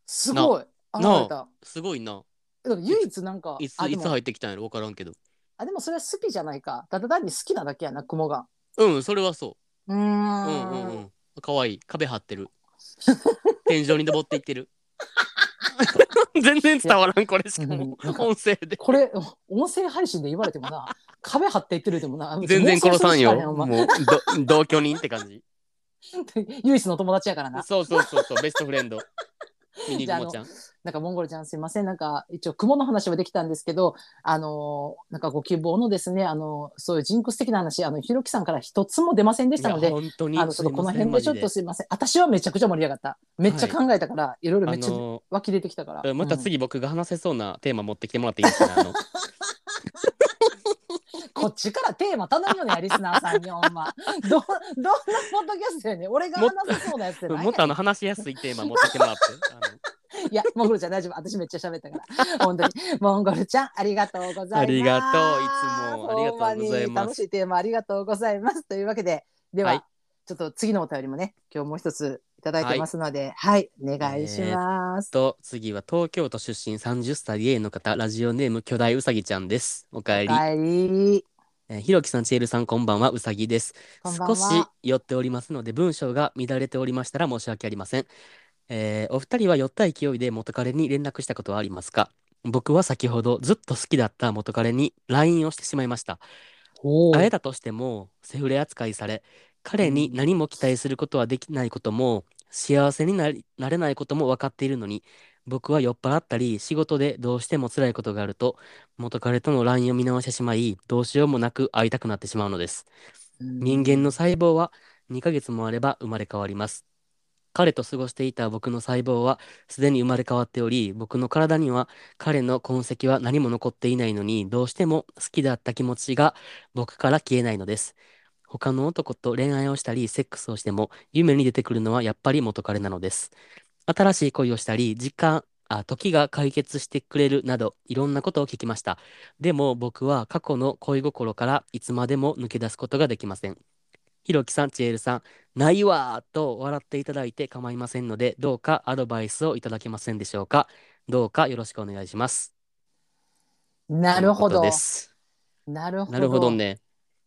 S1: すごい。現
S2: な
S1: れた。
S2: すごいな
S1: だから唯一なんか、
S2: いつ
S1: あで
S2: いつ
S1: も
S2: 入ってきたんやろ分からんけど
S1: あ、でもそれは好きじゃないか。ただ単に好きなだけやな、雲が。
S2: うんそれはそ
S1: ー
S2: うううんうんうんかわいい壁張ってる天井に登っていってる全然伝わらんこれしかも
S1: うんなんか
S2: 音声で
S1: これ、音声配信で言われてもな、 壁張っていってるでもな、
S2: 全然殺さんよ
S1: 妄想するしかないお前
S2: もうど同居人って感じ
S1: 唯一の友達やからな。
S2: そうそうそうそうベストフレンドミニグモちゃん
S1: なんか、モンゴルちゃんすいません。なんか、一応、雲の話はできたんですけど、あのーなんかご希望のですね、あのーそういう人骨的な話、あの、ひろきさんから一つも出ませんでしたの
S2: いや
S1: で、
S2: 本当に
S1: あの、ちょっとこの辺でちょっと
S2: す
S1: すいません。私はめちゃくちゃ盛り上がった。めっちゃ考えたから、い、ろい
S2: い
S1: ろ
S2: ま
S1: め
S2: せ
S1: っち
S2: ん
S1: ゃ
S2: マ
S1: 湧き出てきたから。
S2: ジであのまた
S1: うん
S2: 次僕が話せそうなテーマ持ってきてもらっていいですかあの
S1: こっちからテーマ頼む よね、リスナーさんに、ほんま。ど、どんなポッドキャストやねん俺が話せそうなやつって
S2: もっとあの話しやすいテーマ持ってきてもらって
S1: いや、モンゴルちゃん大丈夫。私めっちゃ喋ったから。本当に。モンゴルちゃん、ありがとうございます。
S2: ありがとういつもありがとうございます
S1: ほんに楽しいテーマありがとうございます。というわけで、では、
S2: はい
S1: ちょっと次のお便りもね、今日もう一ついただいてますので、はい、お願いします。
S2: と次は東京都出身30歳ゲイの方ラジオネーム巨大うさぎちゃんですおかえり、
S1: お帰り。
S2: えーひろきさんちえるさんこんばんはうさぎです
S1: こんばん
S2: 少
S1: は。
S2: し寄っておりますので文章が乱れておりましたら申し訳ありません、えーお二人は寄った勢いで元彼に連絡したことはありますか僕は先ほどずっと好きだった元彼に LINE をしてしまいました
S1: お
S2: 会えたとしてもセフレ扱いされ彼に
S1: うん
S2: 何も期待することはできないことも幸せになりなれないことも分かっているのに僕は酔っ払ったり仕事でどうしても辛いことがあると元彼との LINE を見直してしまいどうしようもなく会いたくなってしまうのです人間の細胞は2ヶ月もあれば生まれ変わります。彼と過ごしていた僕の細胞はすでに生まれ変わっており、僕の体には彼の痕跡は何も残っていないのに、どうしても好きだった気持ちが僕から消えないのです。他の男と恋愛をしたり、セックスをしても夢に出てくるのはやっぱり元彼なのです。新しい恋をしたり、時間、あ、時が解決してくれるなど、いろんなことを聞きました。でも僕は過去の恋心からいつまでも抜け出すことができません。ひろきさん、ちえるさん、ないわーと笑っていただいて構いませんので、どうかアドバイスをいただけませんでしょうか。どうかよろしくお願いします。
S1: なるほ
S2: という
S1: ど
S2: ことで。す
S1: なるほど。
S2: なるほど。ね。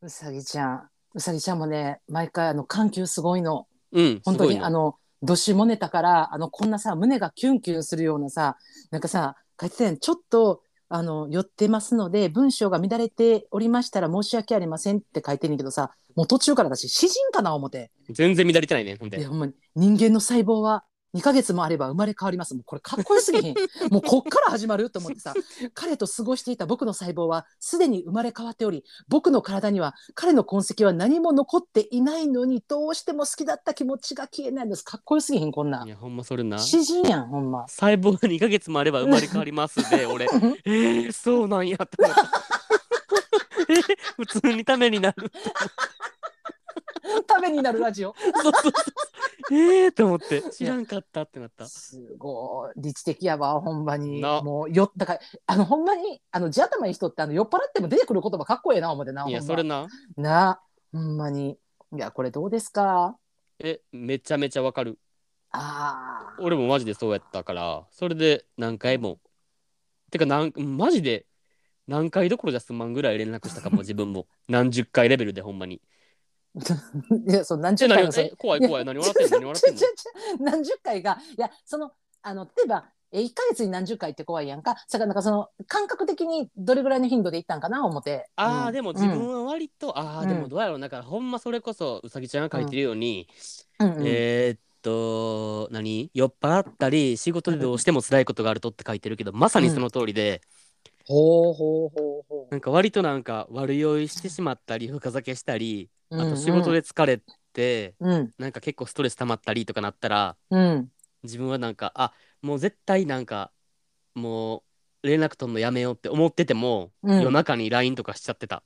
S1: うさぎちゃん。うさぎちゃんもね、毎回、あの、緩急すごいの。
S2: うん、
S1: 本当
S2: すごい
S1: に
S2: ね
S1: あのどしもネタからあのこんなさ胸がキュンキュンするようなさなんかさ書いてたやんちょっとあの寄ってますので文章が乱れておりましたら申し訳ありませんって書いてんねんけどさもう途中からだし詩人かな思って
S2: 全然乱れてないね、ほん
S1: い
S2: で
S1: や。ほんまに人間の細胞は2ヶ月もあれば生まれ変わります。もうこれかっこよすぎ
S2: 。
S1: へん。もうこっから始まると思ってさ、彼と過ごしていた僕の細胞はすでに生まれ変わっており、僕の体には彼の痕跡は何も残っていないのに、どうしても好きだった気持ちが消えないんです。かっこよすぎへん、こんない
S2: や、ほんまそれな。
S1: 詩人やん、ほん ま。
S2: 細胞が2ヶ月もあれば生まれ変わります で、俺。えー、そうなんやって思った。えー普通にためになる。
S1: ためになるラジオ。
S2: そうそうそうえーと思って知らんかったってなった。
S1: すごい理知的やわほんまに
S2: な
S1: もうよだからあのほんまにあの地頭いい人ってあの酔っ払っても出てくる言葉かっこええな思ってない
S2: や
S1: ほんま
S2: それな
S1: なほんまにいやこれどうですか
S2: えめちゃめちゃわかる。
S1: あー
S2: 俺もマジでそうやったからそれで何回も。てかなんマジで何回どころじゃ済まんぐらい連絡したかも自分も何十回レベルでほんまに。
S1: いやそう何
S2: え
S1: 十
S2: 何
S1: 回
S2: え
S1: もそれ
S2: 怖い怖い何笑ってんの何笑ってんの
S1: ちょちょちょ何十回がいやそのあの例えばえ1か月に何十回って怖いやんかさからなんかその感覚的にどれぐらいの頻度でいったんかな思って
S2: あー、
S1: うん
S2: でも自分は割と、ああで
S1: う
S2: も
S1: ん
S2: どうやろうだからほんまそれこそうさぎちゃんが書いてるように、
S1: うんうん
S2: えーっと何酔っ払ったり仕事でどうしても辛いことがあるとって書いてるけどまさにその通りで、
S1: ほうほうほうほう
S2: なんか割となんか悪酔いしてしまったり深酒したりあ
S1: うんう
S2: と
S1: ん
S2: 仕事で疲れて、
S1: うん
S2: なんか結構ストレス溜まったりとかなったら
S1: うん
S2: 自分はなんかあもう絶対なんかもう連絡取るのやめようって思ってても、
S1: うん
S2: 夜中に LINE とかしちゃってた。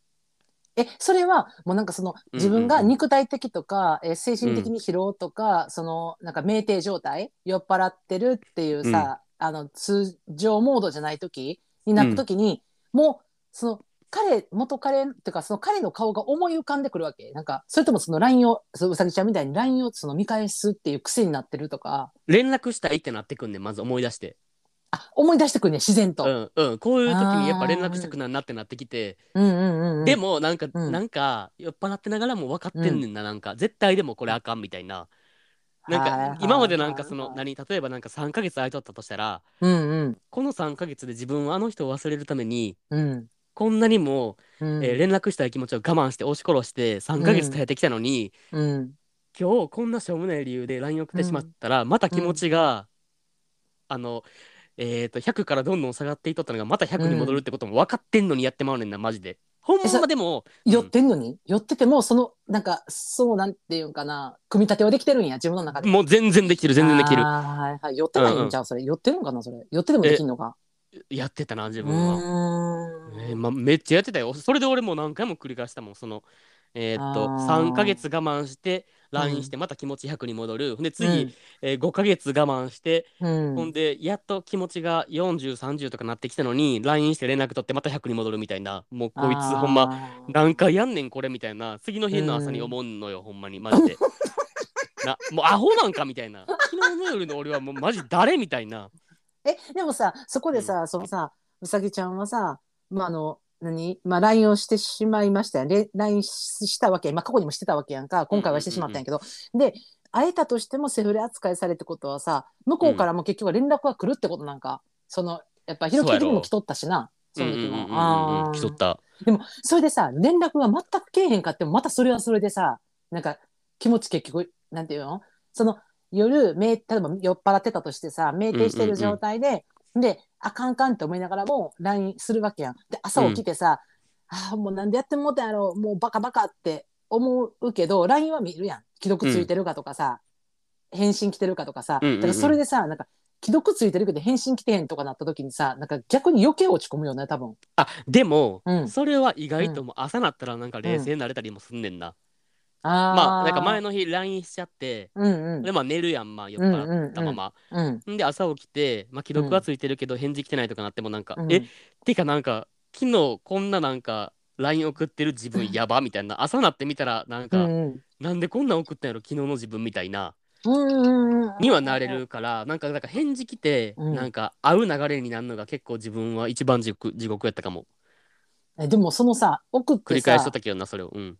S1: えそれはもうなんかその
S2: うん
S1: 自分が肉体的とか、えー精神的に疲労とか、そのなんか酩酊状態酔っ払ってるっていうさ、あの通常モードじゃない時になった時に、もうその彼元彼っていうかその彼の顔が思い浮かんでくるわけなんかそれともその LINE をそのうさぎちゃんみたいに LINE をその見返すっていう癖になってるとか
S2: 連絡したいってなってくんねんまず思い出して
S1: あ思い出してくるね自然
S2: う
S1: と、
S2: んうんこういう時にやっぱ連絡したくなるなってなってきて、
S1: うん、うんうんうん
S2: でもなんか、
S1: うん
S2: なんか酔っ払ってながらも分かってんねんな、なんか絶対でもこれあかんみたいな。なん
S1: はいは
S2: か
S1: い
S2: 今までなんかその
S1: はい
S2: 何例えばなんか3ヶ月空いとったとしたら
S1: うんうん
S2: この3ヶ月で自分はあの人を忘れるために
S1: うん
S2: こんなにも、
S1: うん
S2: えー連絡したい気持ちを我慢して押し殺して3ヶ月耐えてきたのに、
S1: うん
S2: 今日こんなしょうもない理由で LINE 送ってしまったら、また気持ちが、あのえー、と100からどんどん下がっていっとったのがまた100に戻るってことも分かってんのにやってまうねんなマジで。ほん
S1: えそ
S2: までも
S1: 寄ってんのに、寄っててもそのなんかそうなんていうんかな組み立てはできてるんや自分の中で
S2: もう全然できてる全然できる
S1: あーはいはい寄ってないんじゃん、それ寄ってるのかなそれ寄ってでもできんのか
S2: やってたな自
S1: う
S2: 分は。
S1: ーん
S2: えーま、めっちゃやってたよそれで俺も何回も繰り返したもんそのえーっと
S1: あー
S2: 3ヶ月我慢して
S1: うん
S2: LINE してまた気持ち100に戻る、ほんで次、えー5ヶ月我慢して、
S1: うん、う
S2: ほ
S1: ん
S2: んでやっと気持ちが4030とかなってきたのに LINE して連絡取ってまた100に戻るみたいなもうこいつほんま
S1: ま
S2: 何回やんねんこれみたいな次の日の朝に思うのよ、ほんまにマジで なもうアホなんかみたいな昨日の夜の俺はもうマジ誰みたいな
S1: えでもさそこでさ、そのさうさぎちゃんはさまああの何まあ LINE をしてしまいましたよね LINE ししたわけ、まあ、過去にもしてたわけやんか今回はしてしまったんやけど、で会えたとしてもセフレ扱いされってことはさ向こうからも結局は連絡が来るってことなんか、そのやっぱひろきの時
S2: そうや
S1: も
S2: ろ
S1: 来とったしな その時
S2: うんうん
S1: も
S2: うんうん
S1: あ
S2: 来と
S1: ー
S2: った
S1: でもそれでさ連絡が全くけえへんかってもまたそれはそれでさなんか気持ち結局なんていうのその夜め例えば酔っ払ってたとしてさ酩酊してる状態で、であかんあかんって思いながらも LINE するわけやん。で朝起きてさ、ああもうなんでやってもうたんやろもうバカバカって思うけど LINE は見るやん既読ついてるかとかさ、返信来てるかとかさ、
S2: うんうんうん
S1: だからそれでさなんか既読ついてるけど返信来てへんとかなった時にさなんか逆に余計落ち込むよね多分。
S2: あでも、
S1: うん
S2: それは意外ともう朝なったらなんか冷静になれたりもすんねんな、
S1: あー
S2: まあなんか前の日 LINE しちゃって
S1: うんうん
S2: でまあ寝るやんまあ酔っ払ったまま、
S1: うん
S2: んで朝起きて、まあ、既読はついてるけど返事来てないとかなってもなんか、
S1: うん
S2: えてかなんか昨日こんななんか LINE 送ってる自分やばみたいな朝なってみたらなん
S1: う
S2: か、
S1: ん
S2: なんでこんなん送ったんやろ昨日の自分みたいな
S1: うん
S2: にはなれるからなんかなんか返事来て、
S1: うん
S2: なんか会う流れになるのが結構自分は一番地獄地獄やったかも
S1: えでもそのさ送っ
S2: 繰
S1: て
S2: り返
S1: さ
S2: しとっ
S1: 既
S2: たけどなそれをうん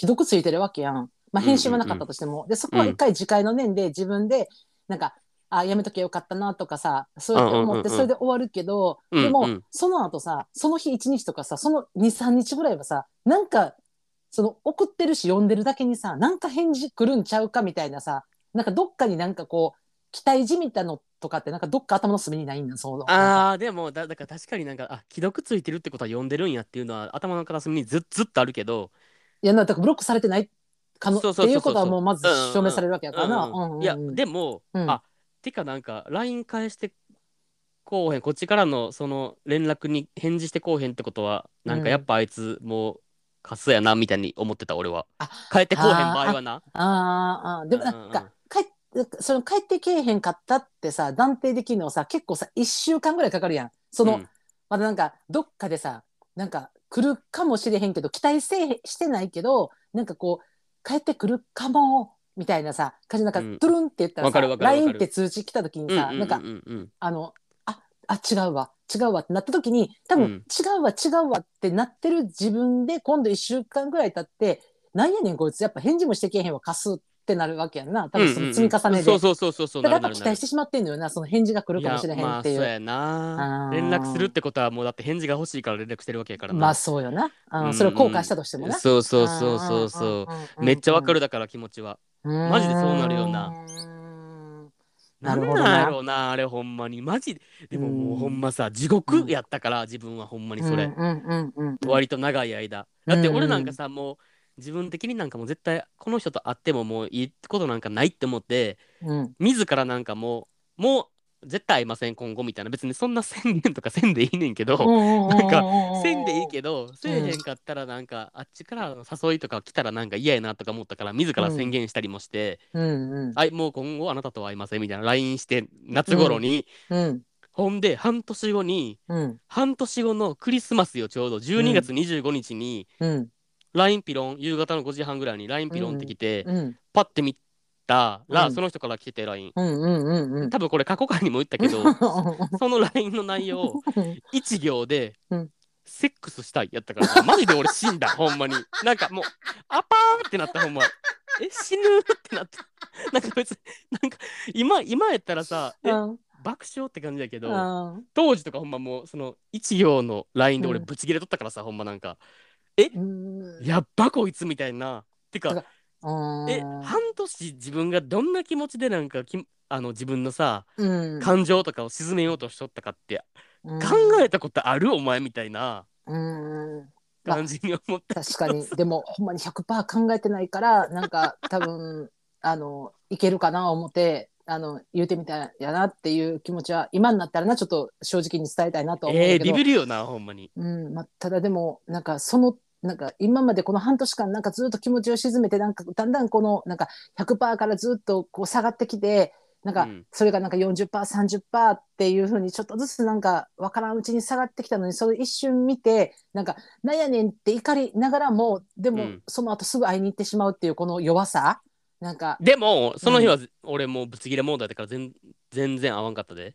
S1: 読ついてるわけやん、まあ、編集はなかったとしても、でそこは一回次回の念で自分でなんかあやめときゃよかったなとかさそうやって思っ
S2: うんうんうんう
S1: て
S2: ん
S1: それで終わるけど、
S2: うん
S1: でも、
S2: うん
S1: その後さその日一日とかさその23日ぐらいはさなんかその送ってるし読んでるだけにさなんか返事来るんちゃうかみたいなさなんかどっかになんかこう期待じみたのとかってなんかどっか頭の隅にないんだその
S2: ああでもだだから確かになんかあ既読ついてるってことは読んでるんやっていうのは頭の片隅にずずっとあるけど、
S1: いやなんかブロックされてないかの
S2: そう
S1: っ
S2: そうそうそう
S1: ていうことはもうまず
S2: うんうんうん
S1: 証明されるわけやからな。
S2: うんうん
S1: うん
S2: いや
S1: うん
S2: でも、
S1: うん
S2: あてかなんか LINE 返してこうへんこっちからのその連絡に返事してこうへんってことはなん
S1: うん
S2: かやっぱあいつもうカスやなみたいに思ってた俺は
S1: あ
S2: 帰ってこうへん場合はな
S1: あーあーでもなん
S2: うんうん
S1: か帰っその帰ってけえへんかったってさ断定できるのはさ結構さ1週間ぐらいかかるやん。その、
S2: うん
S1: まだなんかどっかでさなんか来るかもしれへんけど期待せえへんしてないけどなんかこう帰ってくるかもみたいなさ感じなんか、
S2: うん
S1: トゥルンって言ったら
S2: わか
S1: さ
S2: るわかるわかる
S1: LINE って通知来た時にさ、
S2: うんうんうんうん
S1: なんかあの、あ、あ、違うわ、違うわってなった時に、多
S2: うん
S1: 分、違うわ、違うわってなってる自分で、今度一週間ぐらい経って、なんやねんこいつ、やっぱ返事もしてけえへんわ、貸すってなるわけやんな。多分その積み重ねで。
S2: うんうんうんそうそうそうそう
S1: だからやっぱ
S2: なる
S1: 期
S2: なるなる
S1: 待してしまってんのよな、その返事が来るかもしれへんってい
S2: やまあそう
S1: う。
S2: やな
S1: あー
S2: 連絡するってことはもうだって返事が欲しいから連絡してるわけやからな、
S1: まあそうよな。あ
S2: うん
S1: のそれを後悔したとしてもな。
S2: そうそうそうそうそう
S1: う
S2: めっちゃわかる。だから気持ちはマ
S1: マ
S2: ジでそうなるよな。
S1: うん
S2: な
S1: なんる
S2: な
S1: ほど
S2: ん
S1: な
S2: やろうなあれほんまにマジででもも
S1: う
S2: う
S1: ん
S2: ほんまさ地獄やったから自分はほんまにそれ
S1: うんうんうんうん
S2: 割と長い間だって
S1: うん
S2: 俺なんかさもう自分的になんかもう絶対この人と会ってももういいことなんかないって思って
S1: うん。
S2: 自らなんかもうもう絶対会いません今後みたいな別にそんな宣言とかせんでいいねんけどなんかせんでいいけどせえへんかったらなんかあっちからの誘いとか来たらなんか嫌やなとか思ったから自ら宣言したりもして
S1: ど。うんうん
S2: 「はいもう今後あなたとは会いません」みたいな LINE して夏頃に。
S1: うん
S2: ほんで半年後に
S1: うん
S2: 半年後のクリスマスよちょうど12月25日に
S1: うん。
S2: LINE ピロン夕方の5時半ぐらいに LINE ピロンって来て、
S1: うん
S2: パッて見たら、
S1: うん
S2: その人から来てて LINE
S1: うんうんうんうん。
S2: 多分これ過去回にも言ったけど その LINE の内容1行で、
S1: うん
S2: セックスしたいやったからマジで俺死んだほんまになんかもうアパーってなったほんまえ死ぬってなったなんか別になんか今今やったらさえ爆笑って感じだけど、当時とかほんまもうその一行のラインで俺
S1: うん
S2: ブチ切れとったからさ、ほんまなんか
S1: うん。
S2: やっばこいつみたいなて
S1: だ
S2: か
S1: かうん
S2: え半年自分がどんな気持ちでなんかきあの自分のさ
S1: うん
S2: 感情とかを沈めようとしとったかって
S1: うん
S2: 考えたことあるお前みたいな
S1: うん
S2: 感じに思った
S1: 確かにでもほんまに100%考えてないからなんか多分あのいけるかな思ってあの言うてみたんやなっていう気持ちは今になったらなちょっと正直に伝えたいなとは思うん
S2: え
S1: だけ
S2: ー、ビ
S1: ど
S2: ビるよなほんまに
S1: うんまあ、ただでもなんかそのなんか今までこの半年間なんかずっと気持ちを沈めてなんかだんだんこのなんか100%からずっとこう下がってきてなん
S2: う
S1: か
S2: ん
S1: それがなんか 40%30% っていうふうにちょっとずつなんか分からんうちに下がってきたのにその一瞬見てなんかなんやねんって怒りながらもで
S2: う
S1: も
S2: ん
S1: その後すぐ会いに行ってしまうっていうこの弱さなんか
S2: でもその日は、俺もうブチ切れ問題だから全全然合わんかったで、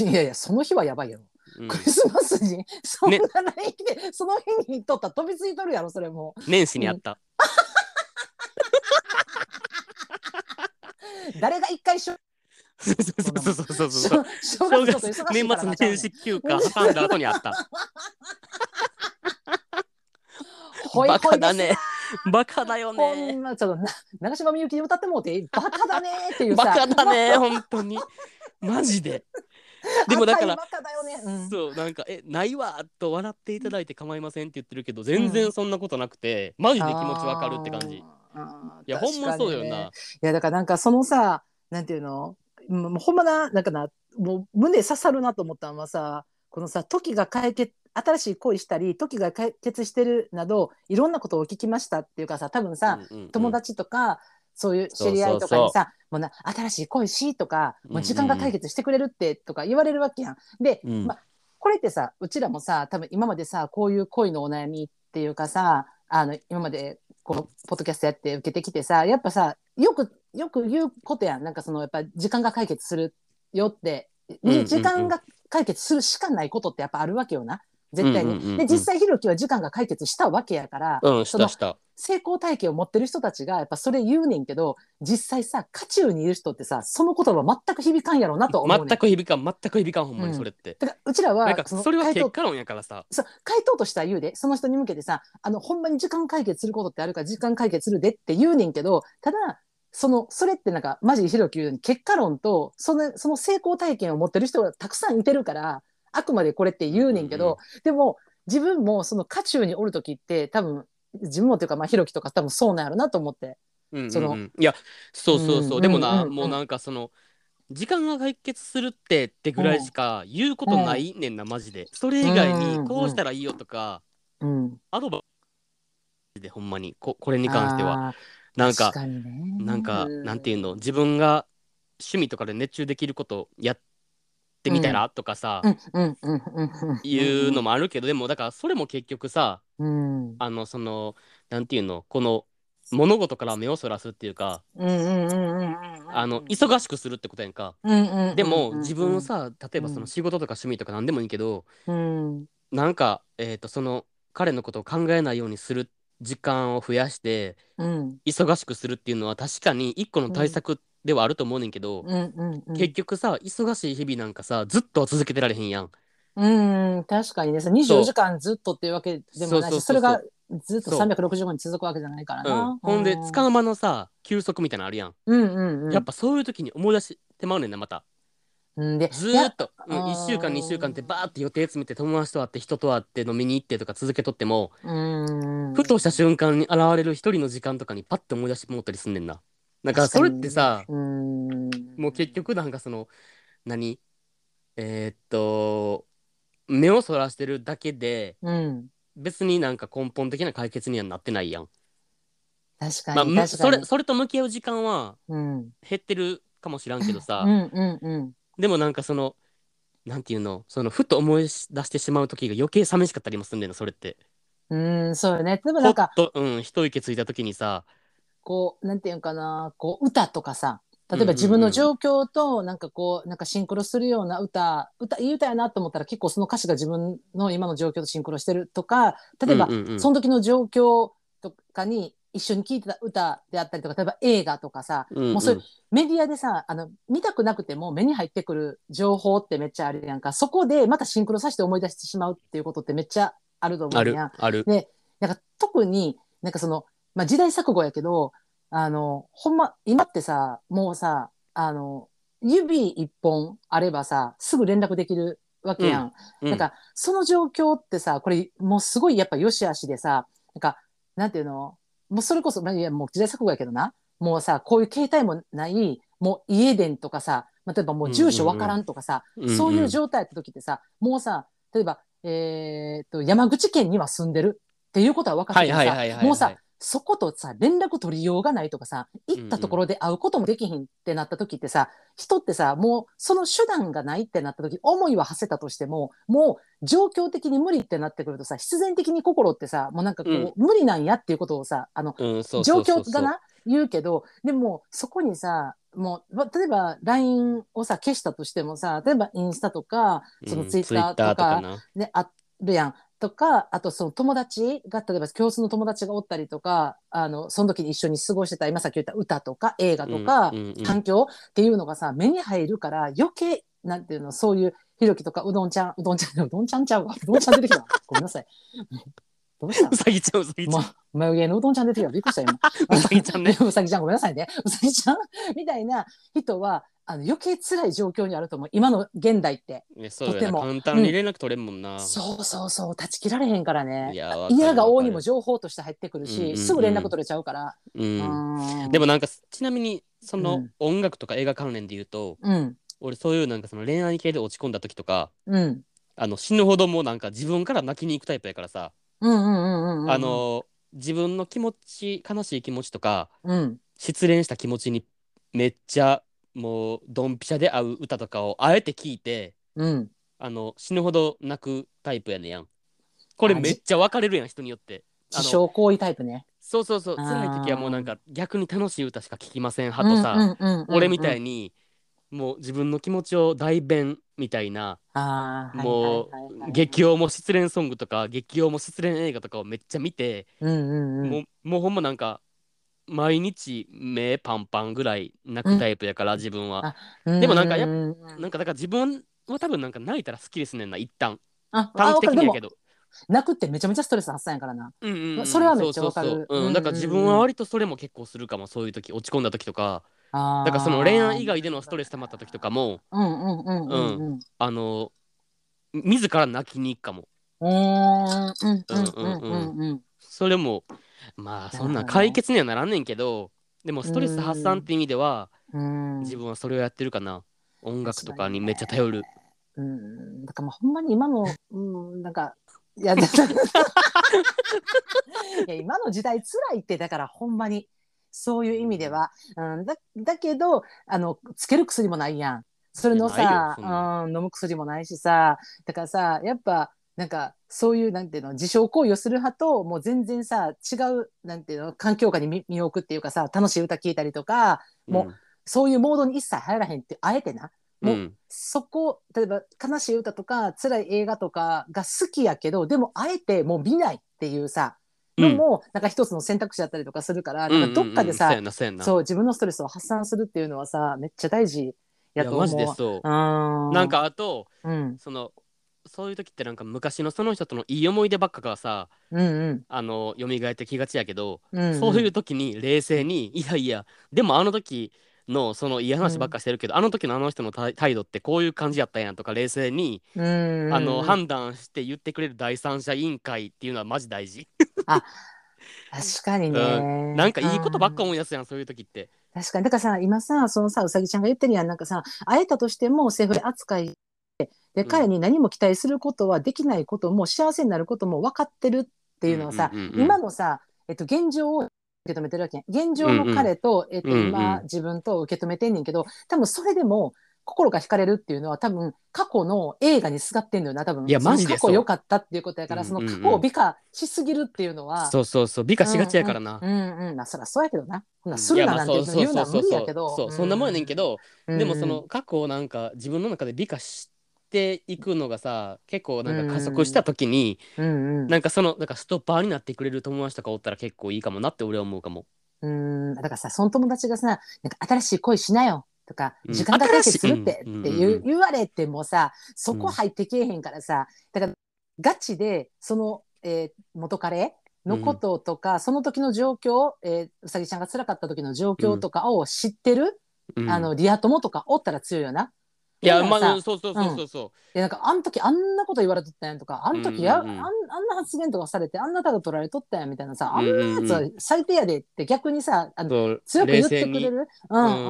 S1: いやいやその日はやばいやろ
S2: うん
S1: クリスマスにそんなラインでその日に行っとったら飛びついとるやろそれもう。
S2: 年始にあった、
S1: 誰が一回しょ
S2: そうそうそうそうそうそ
S1: 正
S2: う
S1: 正
S2: 正
S1: 月
S2: 月
S1: ちょっと忙しいから
S2: 年末
S1: なちゃうね
S2: 年
S1: ん
S2: 始休暇挟んだ後にあった
S1: ほいほいです
S2: バカだねバカだよ
S1: ほん
S2: ね
S1: まちょっとな長島みゆきに歌ってもうてバカだねっていうさ
S2: バカだね本当にマジででもだから
S1: 赤いバカだよね、うん
S2: そうなんか「えないわ」と笑っていただいて構いませんって言ってるけど全然そんなことなくて、マジで気持ちわかるって感じい
S1: あーあー
S2: やほんまそう
S1: 確
S2: よ
S1: かに
S2: な
S1: ね、いやだからなんかそのさなんていうのもうもうほんまななんかなもう胸刺さるなと思ったのはさこのさ時が解決新しい恋したり時が解決してるなどいろんなことを聞きましたっていうかさ多分さ、
S2: うんうんうん
S1: 友達とかそういう知り合いとか
S2: そう
S1: に
S2: そ
S1: さもうな新しい恋しとか
S2: うんう
S1: も
S2: ん
S1: う時間が解決してくれるってとか言われるわけやん。で、
S2: うん
S1: ま、これってさうちらもさ多分今までさこういう恋のお悩みっていうかさあの今までこのポッドキャストやって受けてきてさやっぱさよくよく言うことやんなんかそのやっぱ時間が解決するよって、
S2: うんうんうん
S1: 時間が解決するしかないことってやっぱあるわけよな絶対に。
S2: うんうんうんうん
S1: で実際ひろきは時間が解決したわけやから、
S2: うんし
S1: そ
S2: た
S1: の
S2: した
S1: 成功体験を持ってる人たちがやっぱそれ言うねんけど実際さ渦中にいる人ってさその言葉全く響かんやろうなと思うねん
S2: 全く響かん全く響かんほんまに
S1: うん
S2: それって、
S1: だからうちら
S2: な
S1: は
S2: んか
S1: の
S2: それは
S1: 回
S2: 結
S1: 答
S2: 果論やからさ
S1: そう回答としては言うでその人に向けてさあのほんまに時間解決することってあるから時間解決するでって言うねんけどただその、それってなんか、マジでひろき言うように、結果論と、その、その成功体験を持ってる人がたくさんいてるから、あくまでこれって言うねんけど、でも、自分もその渦中におるときって、多分、自分もっていうか、まあ、ひろきとか多分そうなんやろなと思って。
S2: うんうんうん
S1: その
S2: いやそうそうそう、
S1: うん
S2: でもな、
S1: うんうん
S2: もうなんかその時間が解決するってってぐらいしか言うことないねんな、マジでそれ以外
S1: うんうん
S2: にこうしたらいいよとか、
S1: うん。
S2: アドバイスでほんまにここれに関しては
S1: あー。
S2: なんか
S1: 確にね
S2: なんか、
S1: う
S2: なんていうの自分が趣味とかで熱中できることやってみたら、とかさ、
S1: うんうんうんうんうん。
S2: いうのもあるけどでもだからそれも結局さ
S1: うん。うん
S2: あのそのなんていうのこの物事から目をそらすっていうか
S1: うんうんうんうんうん。
S2: あの忙しくするってことやんか。
S1: うんうんうんうん
S2: でも自分を、さ例えばそうの
S1: ん
S2: 仕事とか趣味とか何でもいいけど
S1: うん、
S2: なんかえーとその彼のことを考えないようにする時間を増やして
S1: うん
S2: 忙しくするっていうのは確かに一個の対策ではあると思うねんけど
S1: うんうんうん
S2: 結局さ忙しい日々なんかさずっとは続けてられへんやん。
S1: うん確かにね
S2: そう
S1: 24時間ずっとっていうわけでもない
S2: そうそうそうそう
S1: しそれがずっと
S2: そう
S1: 365日続くわけじゃないから
S2: う
S1: な、
S2: ん、ほんでつかの間のさ休息みたいなのあるやん。
S1: うんうんうん
S2: やっぱそういう時に思い出してまうねんなまた。
S1: うんで
S2: ず
S1: い
S2: ー
S1: や
S2: っと、うん、
S1: あー
S2: 1週間2週間ってバーって予定詰めて友達と会って人と会って飲みに行ってとか続けとっても、
S1: うん
S2: ふとした瞬間に現れる一人の時間とかにパッて思い出してもったりすんねんな。だから
S1: 確
S2: そ
S1: かに
S2: れってさ、
S1: うん
S2: もう結局なんかその何えーっと目をそらしてるだけで
S1: うん
S2: 別になんか根本的な解決にはなってないやん。
S1: 確
S2: ま
S1: か
S2: あ
S1: に、
S2: む
S1: 確
S2: そ
S1: か
S2: れ
S1: に
S2: それと向き合う時間は
S1: うん
S2: 減ってるかもしらんけどさ、
S1: うんうんうん
S2: でもなんかそのなんていうのそのふと思い出してしまう時が余計寂しかったりもすんねんなそれって。
S1: うんそうよねでも
S2: ほ
S1: なん
S2: っ
S1: か
S2: と、うん、一息ついた時にさ、
S1: こうなんていうんかなこう歌とかさ例えば自分の状況となんかこうなんかシンクロするような歌歌いい歌やなと思ったら結構その歌詞が自分の今の状況とシンクロしてるとか例えば
S2: うんうんうん
S1: その時の状況とかに一緒に聴いてた歌であったりとか例えば映画とかさ
S2: うんうん
S1: もうそれメディアでさあの見たくなくても目に入ってくる情報ってめっちゃあるやんかそこでまたシンクロさせて思い出してしまうっていうことってめっちゃあると思
S2: あ
S1: う
S2: る
S1: やん。
S2: ある。
S1: なんか特になんかその、まあ、時代錯誤やけどあのほんま今ってさもうさあの指一本あればさすぐ連絡できるわけやん。
S2: うん
S1: なんかその状況ってさこれもうすごいやっぱ良し悪しでさなんかなんていうのもうそれこそ、まあ、いやもう時代錯誤やけどなもうさこういう携帯もないもう家電とかさまあ例えばもう住所わからんとかさ、
S2: うん
S1: そういう状態やった時ってさ、もうさ、例えば、えーっと、山口県には住んでるっていうことは分かっててさ、
S2: はいはいはいはいはい
S1: もうさ、そことさ、連絡取りようがないとかさ、行ったところで会うこともできひんってなった時ってさ、人ってさ、もうその手段がないってなった時、思いは馳せたとしても、もう状況的に無理ってなってくるとさ、必然的に心ってさ、もうなんかこう、
S2: うん
S1: 無理なんやっていうことをさ、あの、
S2: うんそうそ
S1: 状
S2: うそう
S1: 況
S2: そう
S1: だな言うけどでもそこにさもうわ例えば LINE をさ消したとしてもさ例えばインスタとかその
S2: うん
S1: ツイッターと
S2: Twitter
S1: か,、
S2: な
S1: ね、あるやんとかあとその友達が例えば共通の友達がおったりとかあのその時に一緒に過ごしてた今さっき言った歌とか映画とか、
S2: うんうんうん
S1: 環境っていうのがさ目に入るから余計なんていうのそういうひろきとかうどんちゃんうどんちゃんうどんちゃんちゃうわうどんちゃん出てきたごめんなさい どうした
S2: うさぎちゃんうさぎちゃん
S1: ま、眉毛のうどんちゃん出てきたびっくりした今。
S2: うさぎちゃん ね
S1: うさぎちゃんごめんなさいね。うさぎちゃん みたいな人は、あの余計辛い状況にあると思う。今の現代って。
S2: ねそうだ
S1: とて
S2: よ
S1: も
S2: な簡単に連絡取れんもんな。
S1: そうそうそう、断ち切られへんからね。
S2: やわかる
S1: 嫌が王に
S2: わ
S1: も
S2: か
S1: 情報として入ってくる
S2: うんうん
S1: し、
S2: うん
S1: すぐ連絡取れちゃうから。
S2: るうんで
S1: でも、
S2: もなんかちなみにそうの
S1: ん
S2: 音楽とか映画関連で言うと
S1: うん、
S2: 俺そういうなんかその恋愛系で落ち込んだ時とか
S1: うん、
S2: あの死ぬほどもうなんか自分から泣きに行くタイプやからさ
S1: うん、うん、うん、うん。
S2: あ、の自分の気持ち悲しい気持ちとか
S1: うん、
S2: 失恋した気持ちにめっちゃもうドンピシャで合う歌とかをあえて聞いて
S1: うん。
S2: あの死ぬほど泣くタイプやねやんこれめっちゃ分かれるやん人によってあ
S1: 自
S2: の
S1: 傷行為タイプね。
S2: そうそうそう
S1: あー
S2: 辛い時はもうなんか逆に楽しい歌しか聴きません
S1: あ
S2: 派とさ、俺みたい
S1: に。
S2: にもう自分の気持ちを代弁みたいな
S1: ああ、
S2: も
S1: はいはいはいは
S2: う
S1: い
S2: 激。応も失恋ソングとか激応も失恋映画とかをめっちゃ見て
S1: うん、うん、うん。
S2: もうもうほんまなんか毎日目パンパンぐらい泣くタイプやから、自分は
S1: あう
S2: でもなんかやっ
S1: うう
S2: なんかだから自分は多分なんか泣いたら好きですねんな一旦
S1: あ、あわ
S2: 短期
S1: か
S2: 的
S1: るで
S2: にや
S1: も
S2: けど
S1: 泣くってめちゃめちゃストレス発散やからな。
S2: うんうんうん
S1: それはめっちゃわかる
S2: そうそうそう
S1: うんうんう
S2: うんん、だから自分は割とそれも結構するかもそういう時落ち込んだ時とか
S1: あー
S2: だからその恋愛以外でのストレス溜まった時とかも
S1: うんうんうんうんうん。
S2: あの自ら泣きに行くかも
S1: うーんうんうんうんうん。
S2: それもまあ
S1: なる
S2: そんな
S1: ほど
S2: ん
S1: ね
S2: 解決にはならんねんけどでもストレス発散って意味では
S1: うん
S2: 自分はそれをやってるかな音楽とかにめっちゃ頼る
S1: うん、だからまあほんまに今の、うん、なんか、いや、だ いや今の時代辛いって、だからほんまに、そういう意味では、うん、だだけどあの、つける薬もないやん。それの
S2: いやないよ
S1: さ
S2: そんな、
S1: うん、飲む薬もないしさ、だからさ、やっぱ、なんか、そういう、なんていうの、自傷行為をする派と、もう全然さ、違う、なんていうの、環境下に身身を置くっていうかさ、楽しい歌聴いたりとか、もうそういうモードに一切入らへんって、あえてな。
S2: うん
S1: も
S2: うん
S1: そこ例えば悲しい歌とか辛い映画とかが好きやけどでもあえてもう見ないっていうさのも、なんか一つの選択肢だったりとかするから、なんかどっかでさ、
S2: うんうんうんそうやなそうやな
S1: そう自分のストレスを発散するっていうのはさめっちゃ大事やと思う。
S2: いやマジでそうう
S1: ーん
S2: なん、かあと
S1: うん、
S2: そのそういう時ってなんか昔のその人とのいい思い出ばっかがさ
S1: うんうん
S2: あの蘇ってきがちやけど、
S1: うんうん
S2: そういう時に冷静にいやいやでもあの時のそのいい話ばっかしてるけど、あの時のあの人の態態度ってこういう感じやったんやとか冷静に、
S1: うんうん
S2: あの判断して言ってくれる第三者委員会っていうのはマジ大事、
S1: 確かにね、
S2: なんかいいことばっか思い出すやんそういう時って
S1: 確かに。だからさ、今さ、そのさ、うさぎちゃんが言ってるやん。なんかさ、会えたとしてもセフレ扱いで、
S2: うん
S1: 彼に何も期待することはできないことも、幸せになることも分かってるっていうのはさ、
S2: うんうんうんうん
S1: 今のさ、えっと、現状を受け止めてるわけやん現状の彼と、えっと、
S2: うんうん
S1: 今、自分と受け止めてんねんけど、多分それでも、心が惹かれるっていうのは多分過去の映画にすがってんのよな多分
S2: いやマジで
S1: その過
S2: そう
S1: 去良かったっていうことやから、
S2: うんうんうん
S1: その過去を美化しすぎるっていうのは
S2: そうそうそう美化しがちやからな、
S1: うんうん、まあそりゃそうやけどな。ほな
S2: うん
S1: す
S2: い
S1: る
S2: や
S1: な
S2: ま
S1: な
S2: あ
S1: んて
S2: そうそう
S1: 言うの
S2: そう
S1: は
S2: そ
S1: 無
S2: う
S1: 理やけど。
S2: そうそんなもんやねんけど、
S1: うん、
S2: でもその過去をなんか自分の中で美化していくのがさ結構なんか加速した時に、
S1: うんうん、
S2: なんかそのなんかストッパーになってくれる友達とかおったら結構いいかもなって俺は思うかも。
S1: うん、だからさ、その友達がさ、なんか新しい恋しなよとか、
S2: うん
S1: 時間が解決するって、
S2: 新しい
S1: って
S2: う
S1: 言
S2: んうんう
S1: うん言われてもさ、そこ入ってけえへんからさ、だからガチで、その、えー元彼のこととか、その時の状況、えーうさぎちゃんが辛かった時の状況とかを知ってる、
S2: うん
S1: あの、リア友とかおったら強いよな。
S2: いや
S1: で
S2: ま
S1: もさ
S2: あそうそうそうそうそ
S1: いやなんかあの時あんなこと言われとったんやとかあの時や、
S2: うんうんうん
S1: あんあんな発言とかされてあんな態度取られとったんやみたいなさ
S2: う。
S1: あんな
S2: うんうんう
S1: や
S2: ん
S1: つ最低やでって逆にさあの
S2: そ
S1: 強
S2: う
S1: く言って
S2: 冷静
S1: くれ
S2: に
S1: るうんうん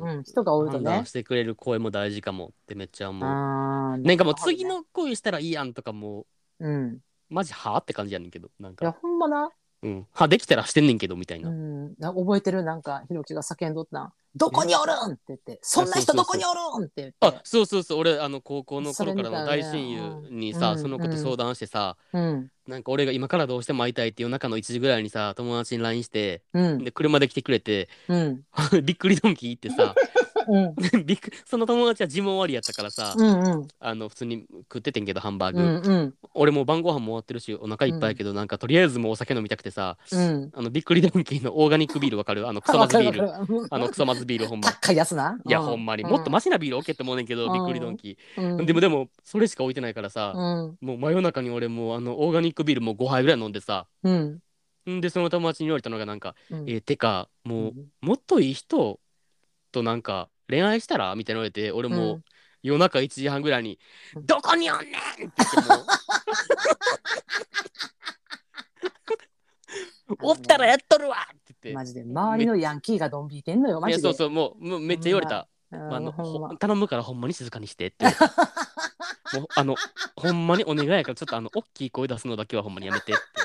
S1: うんうん人が多いと
S2: 判
S1: ね
S2: 断。してくれる声も大事かもってめっちゃ思う。
S1: あー
S2: なんかもう次、の恋したらいいやんとかも
S1: うん、
S2: うマジはあって感じやねんけどなん
S1: いや
S2: か、
S1: ほんまな、
S2: うん、はできたらしてんねんけどみたいうな。
S1: ん、な覚えてるなんかひろきが叫んどったんどこにおるんって言ってそんな人どこにおるんって言って
S2: あそうそうそう俺あの高校の頃からの
S1: それ
S2: 大
S1: みたい
S2: 親
S1: な
S2: 友にさ
S1: うん
S2: そのこと相談してさ、
S1: うん
S2: なんか俺が今からどうしても会いたいって夜中の1時ぐらいにさ友達に LINE して
S1: うん
S2: で車で来てくれて
S1: うん
S2: びっくりドンキー行ってさ
S1: うん
S2: びっくその友達はジム終わりやったからさ、
S1: うんうん
S2: あの普通に食っててんけどハンバーグ、
S1: うんうん
S2: 俺もう晩ご飯も終わってるしお腹いっぱいやけど、なんかとりあえずもうお酒飲みたくてさ
S1: うん
S2: あのびっくりドンキーのオーガニックビールわかるあのクソまずビール
S1: わかるわか
S2: あ
S1: る
S2: のクソまずビールほんま
S1: 高いやつな。
S2: いやほんまにもっとマシなビール置けって思うねんけど、
S1: うん
S2: びっくりドンキー、
S1: うん
S2: でもでもそれしか置いてないからさ、
S1: うん
S2: もう真夜中に俺もうあのオーガニックビールもう5杯ぐらい飲んでさ
S1: うん
S2: んでその友達に言われたのがなんか
S1: うん
S2: えーてかもう
S1: うん
S2: もっといい人となんか恋愛したらみたいなの言われて俺も
S1: う
S2: う夜中1時半ぐらいに「
S1: うん
S2: どこにおんねん!」って言っても うおったらやっとるわ!」って言っ
S1: マジで周りのヤンキーがドン引いてんのよマ
S2: ていや
S1: ジで
S2: そうそうもうもうめっちゃ言われた
S1: うん
S2: まああの
S1: ほんま
S2: ほ頼むからほんまに静かにして」っ てもうあのほんまにお願いやからちょっとあの大きい声出すのだけはほんまにや めてって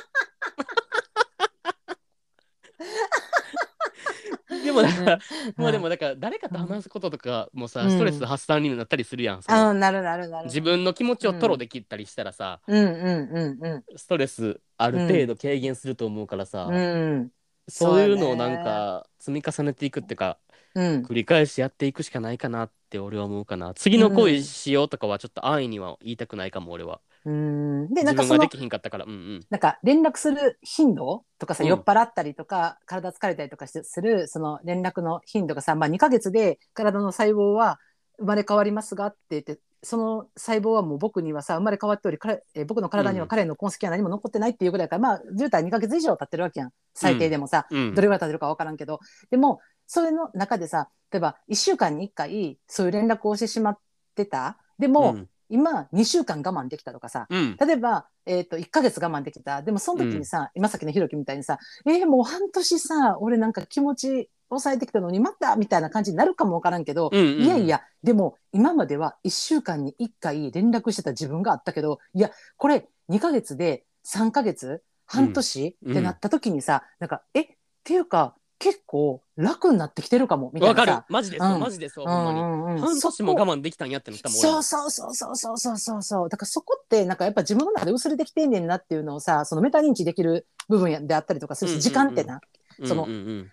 S2: でもだからまあでもだから誰かと話すこととかもさ、
S1: うん
S2: ストレス発散になったりするやん、その
S1: あなるなるなる
S2: 自分の気持ちを吐露できたりしたらさ、
S1: うんうんうん
S2: ストレスある程度軽減すると思うからさ、
S1: うんうん
S2: そういうのをなんか積み重ねていくっていうか
S1: うん
S2: 繰り返しやっていくしかないかなって俺は思うかな次の恋しようとかはちょっと安易には言いたくないかも俺は
S1: うんでな
S2: 自
S1: んか
S2: 分
S1: そ
S2: が
S1: の
S2: できひんかったからうんうん
S1: なんか連絡する頻度とかさ、
S2: うん
S1: 酔っ払ったりとか体疲れたりとかしてするその連絡の頻度がさ、まあ、2ヶ月で体の細胞は生まれ変わりますがって言ってその細胞はもう僕にはさ生まれ変わっており彼、えー僕の体には彼の痕跡は何も残ってないっていうぐらいだから、まあ10代2ヶ月以上経ってるわけやん最低でもさ、
S2: うん
S1: どれぐらい経てるか分からんけど、でも、それの中でさ、例えば1週間に1回、そういう連絡をしてしまってた。でも、
S2: うん
S1: 今、2週間我慢できたとかさ、
S2: うん
S1: 例えば、えっ、と、1ヶ月我慢できた。でも、その時にさ、今さっきのひろきみたいにさ、えーもう半年さ、俺なんか気持ち抑えてきたのに、またみたいな感じになるかもわからんけど、
S2: うんうん
S1: いやいや、でも今までは1週間に1回連絡してた自分があったけど、いや、これ2ヶ月で3ヶ月半年、
S2: うん
S1: ってなった時にさ、なんか、え、っていうか、結構楽になってきてるかも、みたい
S2: わ
S1: な
S2: か
S1: さ。
S2: るマジでそう
S1: うん
S2: マジでそう
S1: う
S2: ほんまに
S1: んうんうん
S2: 半年も我慢できたんやってなったもん俺
S1: そ
S2: も
S1: うそうそうそうそうそうそうそうだからそこってなんかやっぱ自分の中で薄れてきてんねんなっていうのをさそのメタ認知できる部分やであったりとかする
S2: うんう
S1: し
S2: んう
S1: 時
S2: ん
S1: 間ってな、その
S2: うんうんうん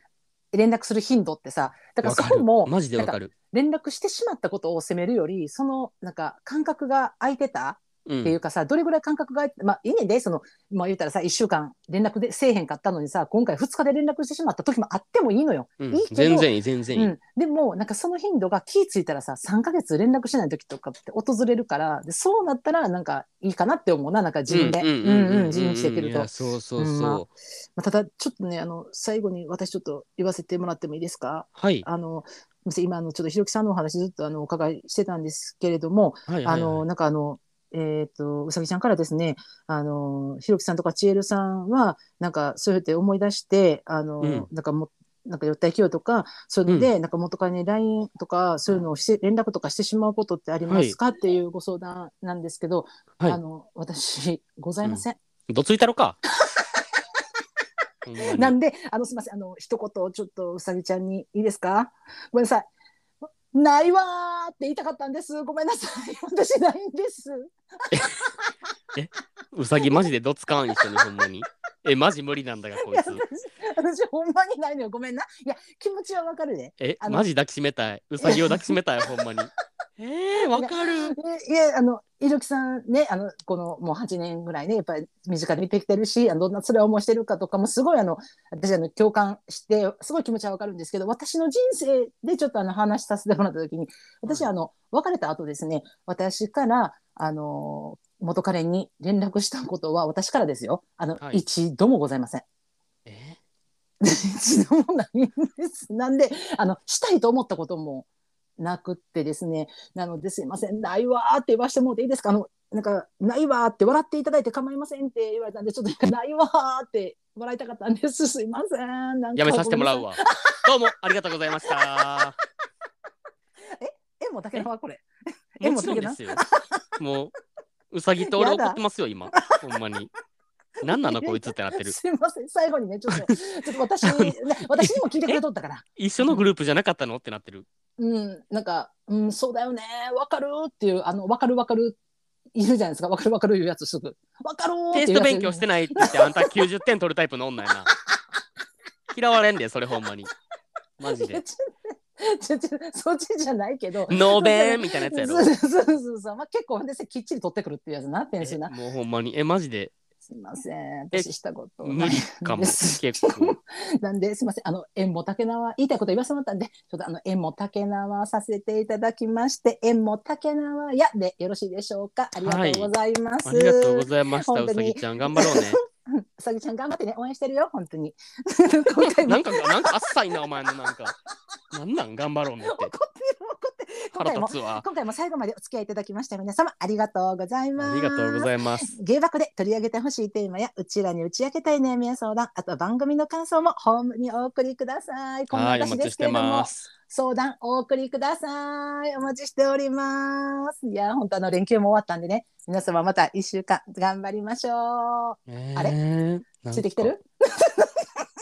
S1: 連絡する頻度ってさだから
S2: わ
S1: そ
S2: か
S1: こ
S2: る
S1: も
S2: マジでわかる
S1: 連絡してしまったことを責めるよりそのなんか感覚が空いてた
S2: うん
S1: っていうかさ、どれぐらい感覚が空いてまあいいねんでそのまあ言ったらさ1週間連絡でせえへんかったのにさ今回2日で連絡してしまった時もあってもいいのよ。
S2: うん
S1: いいけど
S2: 全然いい全然いい
S1: うん、でもなんかその頻度が気ぃついたらさ3ヶ月連絡しない時とかって訪れるからでそうなったらなんかいいかなって思うななんか自分でうんうん自分してくる
S2: い
S1: と
S2: や、そうそう
S1: うんまあ
S2: そう
S1: まあ、ただちょっとねあの最後に私ちょっと言わせてもらってもいいですか
S2: はい
S1: あのすみません今あのちょっとひろきさんのお話ずっとあのお伺いしてたんですけれども、
S2: はい
S1: あ
S2: はい
S1: の
S2: は
S1: なんかあのえっ、とうさぎちゃんからですねあのひろきさんとかちえるさんはなんかそうやって思い出してあの、
S2: うん
S1: なんかもなんか寄った勢いとかそういうので、なんか元カレに LINE とかそういうのをして連絡とかしてしまうことってありますか、っていうご相談なんですけど、
S2: はい
S1: あの私ございません。
S2: いどついたろ かほんまに
S1: なんで、あの、すみません、あの、一言、ちょっと、うさぎちゃんに、いいですかごめんなさい。ないわーって言いたかったんです。ごめんなさい。 私ないんです。
S2: うさぎマジでどつかん一緒にほんまにえマジ無理なんだがこ
S1: い
S2: い
S1: や、
S2: つ
S1: 私、私、ほんまにないのよ。ごめんな。いや、気持ちはわかるで、
S2: え
S1: あの
S2: マジ抱きしめたいうさぎを抱きしめたいほんまにえー、わかる
S1: いやいや、あの、いろきさんね、あの、この、もう8年ぐらいね、やっぱり身近で見てきてるし、あのどんな辛い思いしてるかとかも、すごい、あの、私、あの、共感して、すごい気持ちはわかるんですけど、私の人生でちょっと、あの、話させてもらったときに、私、あの、別れた後ですね、私から、あの、元彼に連絡したことは、私からですよ。あの、
S2: はい
S1: 一度もございません。
S2: え
S1: 一度もないんです。なんで、あの、したいと思ったこともなくってですね。なので、すいません、ないわーって言わしてもらっていいですかあの、なんか、ないわーって笑っていただいて構いませんって言われたんで、ちょっとなんか、ないわーって笑いたかったんです。すいません。なんか
S2: やめさせてもらう。わどうもありがとうございました
S1: え、もうだけだわ、これ。 え
S2: もちろんですよもううさぎと俺怒ってますよ今ほんまになんなのこいつってなってる
S1: すいません。最後にね、ちょっと、ちょっと私に、ね私にも聞いてくれとったから。
S2: 一緒のグループじゃなかったのってなってる
S1: うん、なんか、うん、そうだよね、わかるっていう、あの、わかるわかる、いるじゃないですか、わかるわかるいうやつすぐ。わかるー
S2: テ
S1: って
S2: ス
S1: いうや
S2: ト
S1: つ
S2: 勉強してないって言ってあんた90点取るタイプの女やな嫌われんでそれほんまにマジ
S1: いや
S2: で
S1: ち ょちょちょそっちじゃないけど。
S2: ノーベンみたいなやつや
S1: そう
S2: ろ
S1: そうそうそう、まあ、結構できっちり取ってくるっていうやつになってんですよな
S2: え。もうほんまにえマジです
S1: いません、
S2: え
S1: 私したことな
S2: 無
S1: い
S2: 理 かも
S1: です
S2: 結構
S1: なんで、すいません、あの、縁も竹縄、言いたいこと言わせてもらったんで、ちょっとあの、縁も竹縄させていただきまして、縁も竹縄やでよろしいでしょうか。ありがとうございます。
S2: ありがとうございました
S1: 本
S2: う
S1: 当
S2: さ
S1: に
S2: ぎちゃん頑張ろうね
S1: うんうさぎちゃん頑張ってね応援してるよ本当に今回も
S2: なん
S1: 怒
S2: か、なんか、あっさいな、お前のなんか。なんなん、頑張ろうねって。
S1: ってる怒ってる今
S2: 腹
S1: 回も
S2: 立つわ。
S1: 今回も最後までお付き合いいただきました皆様ありがとうございます
S2: ありがとうございます。
S1: 芸箱で取り上げてほしいテーマやうちらに打ち明けたい悩みや相談あと番組の感想もホームにお送りくださいこんな
S2: はい、お
S1: 私
S2: 待
S1: で
S2: ちし
S1: すけれ
S2: て
S1: ども
S2: ます。
S1: 相談お送りくださいお待ちしておりますいや本当あの連休も終わったんでね皆様また一週間頑張りましょう
S2: え
S1: あれ
S2: ーなん
S1: つ
S2: か
S1: いてきてる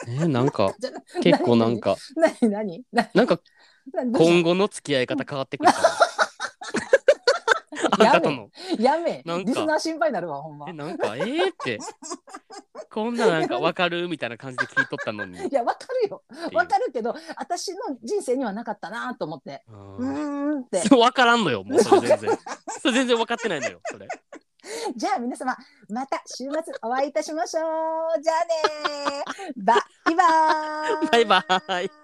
S2: えーなんか、
S1: じゃな
S2: 結構なんか、
S1: 何何何
S2: なんか、
S1: 何どうし
S2: 今後の付き合い方変わってくるか
S1: た
S2: ら。あ ん
S1: や
S2: た
S1: め
S2: との。
S1: やめ
S2: なんか
S1: リスナー心配になるわほんま
S2: え、なんか、えーって。こんななんか、わかるみたいな感じで聞いとったのに。
S1: いやわかるよ わかるけど私の人生にはなかったなと思ってう
S2: る。
S1: ーんって
S2: そう、わからんのよ、もう、それ全然。それ全然分かってないのよ、それ。
S1: じゃあ皆様また週末お会いいたしましょうじゃあねーバイバーイ
S2: バイバーイ。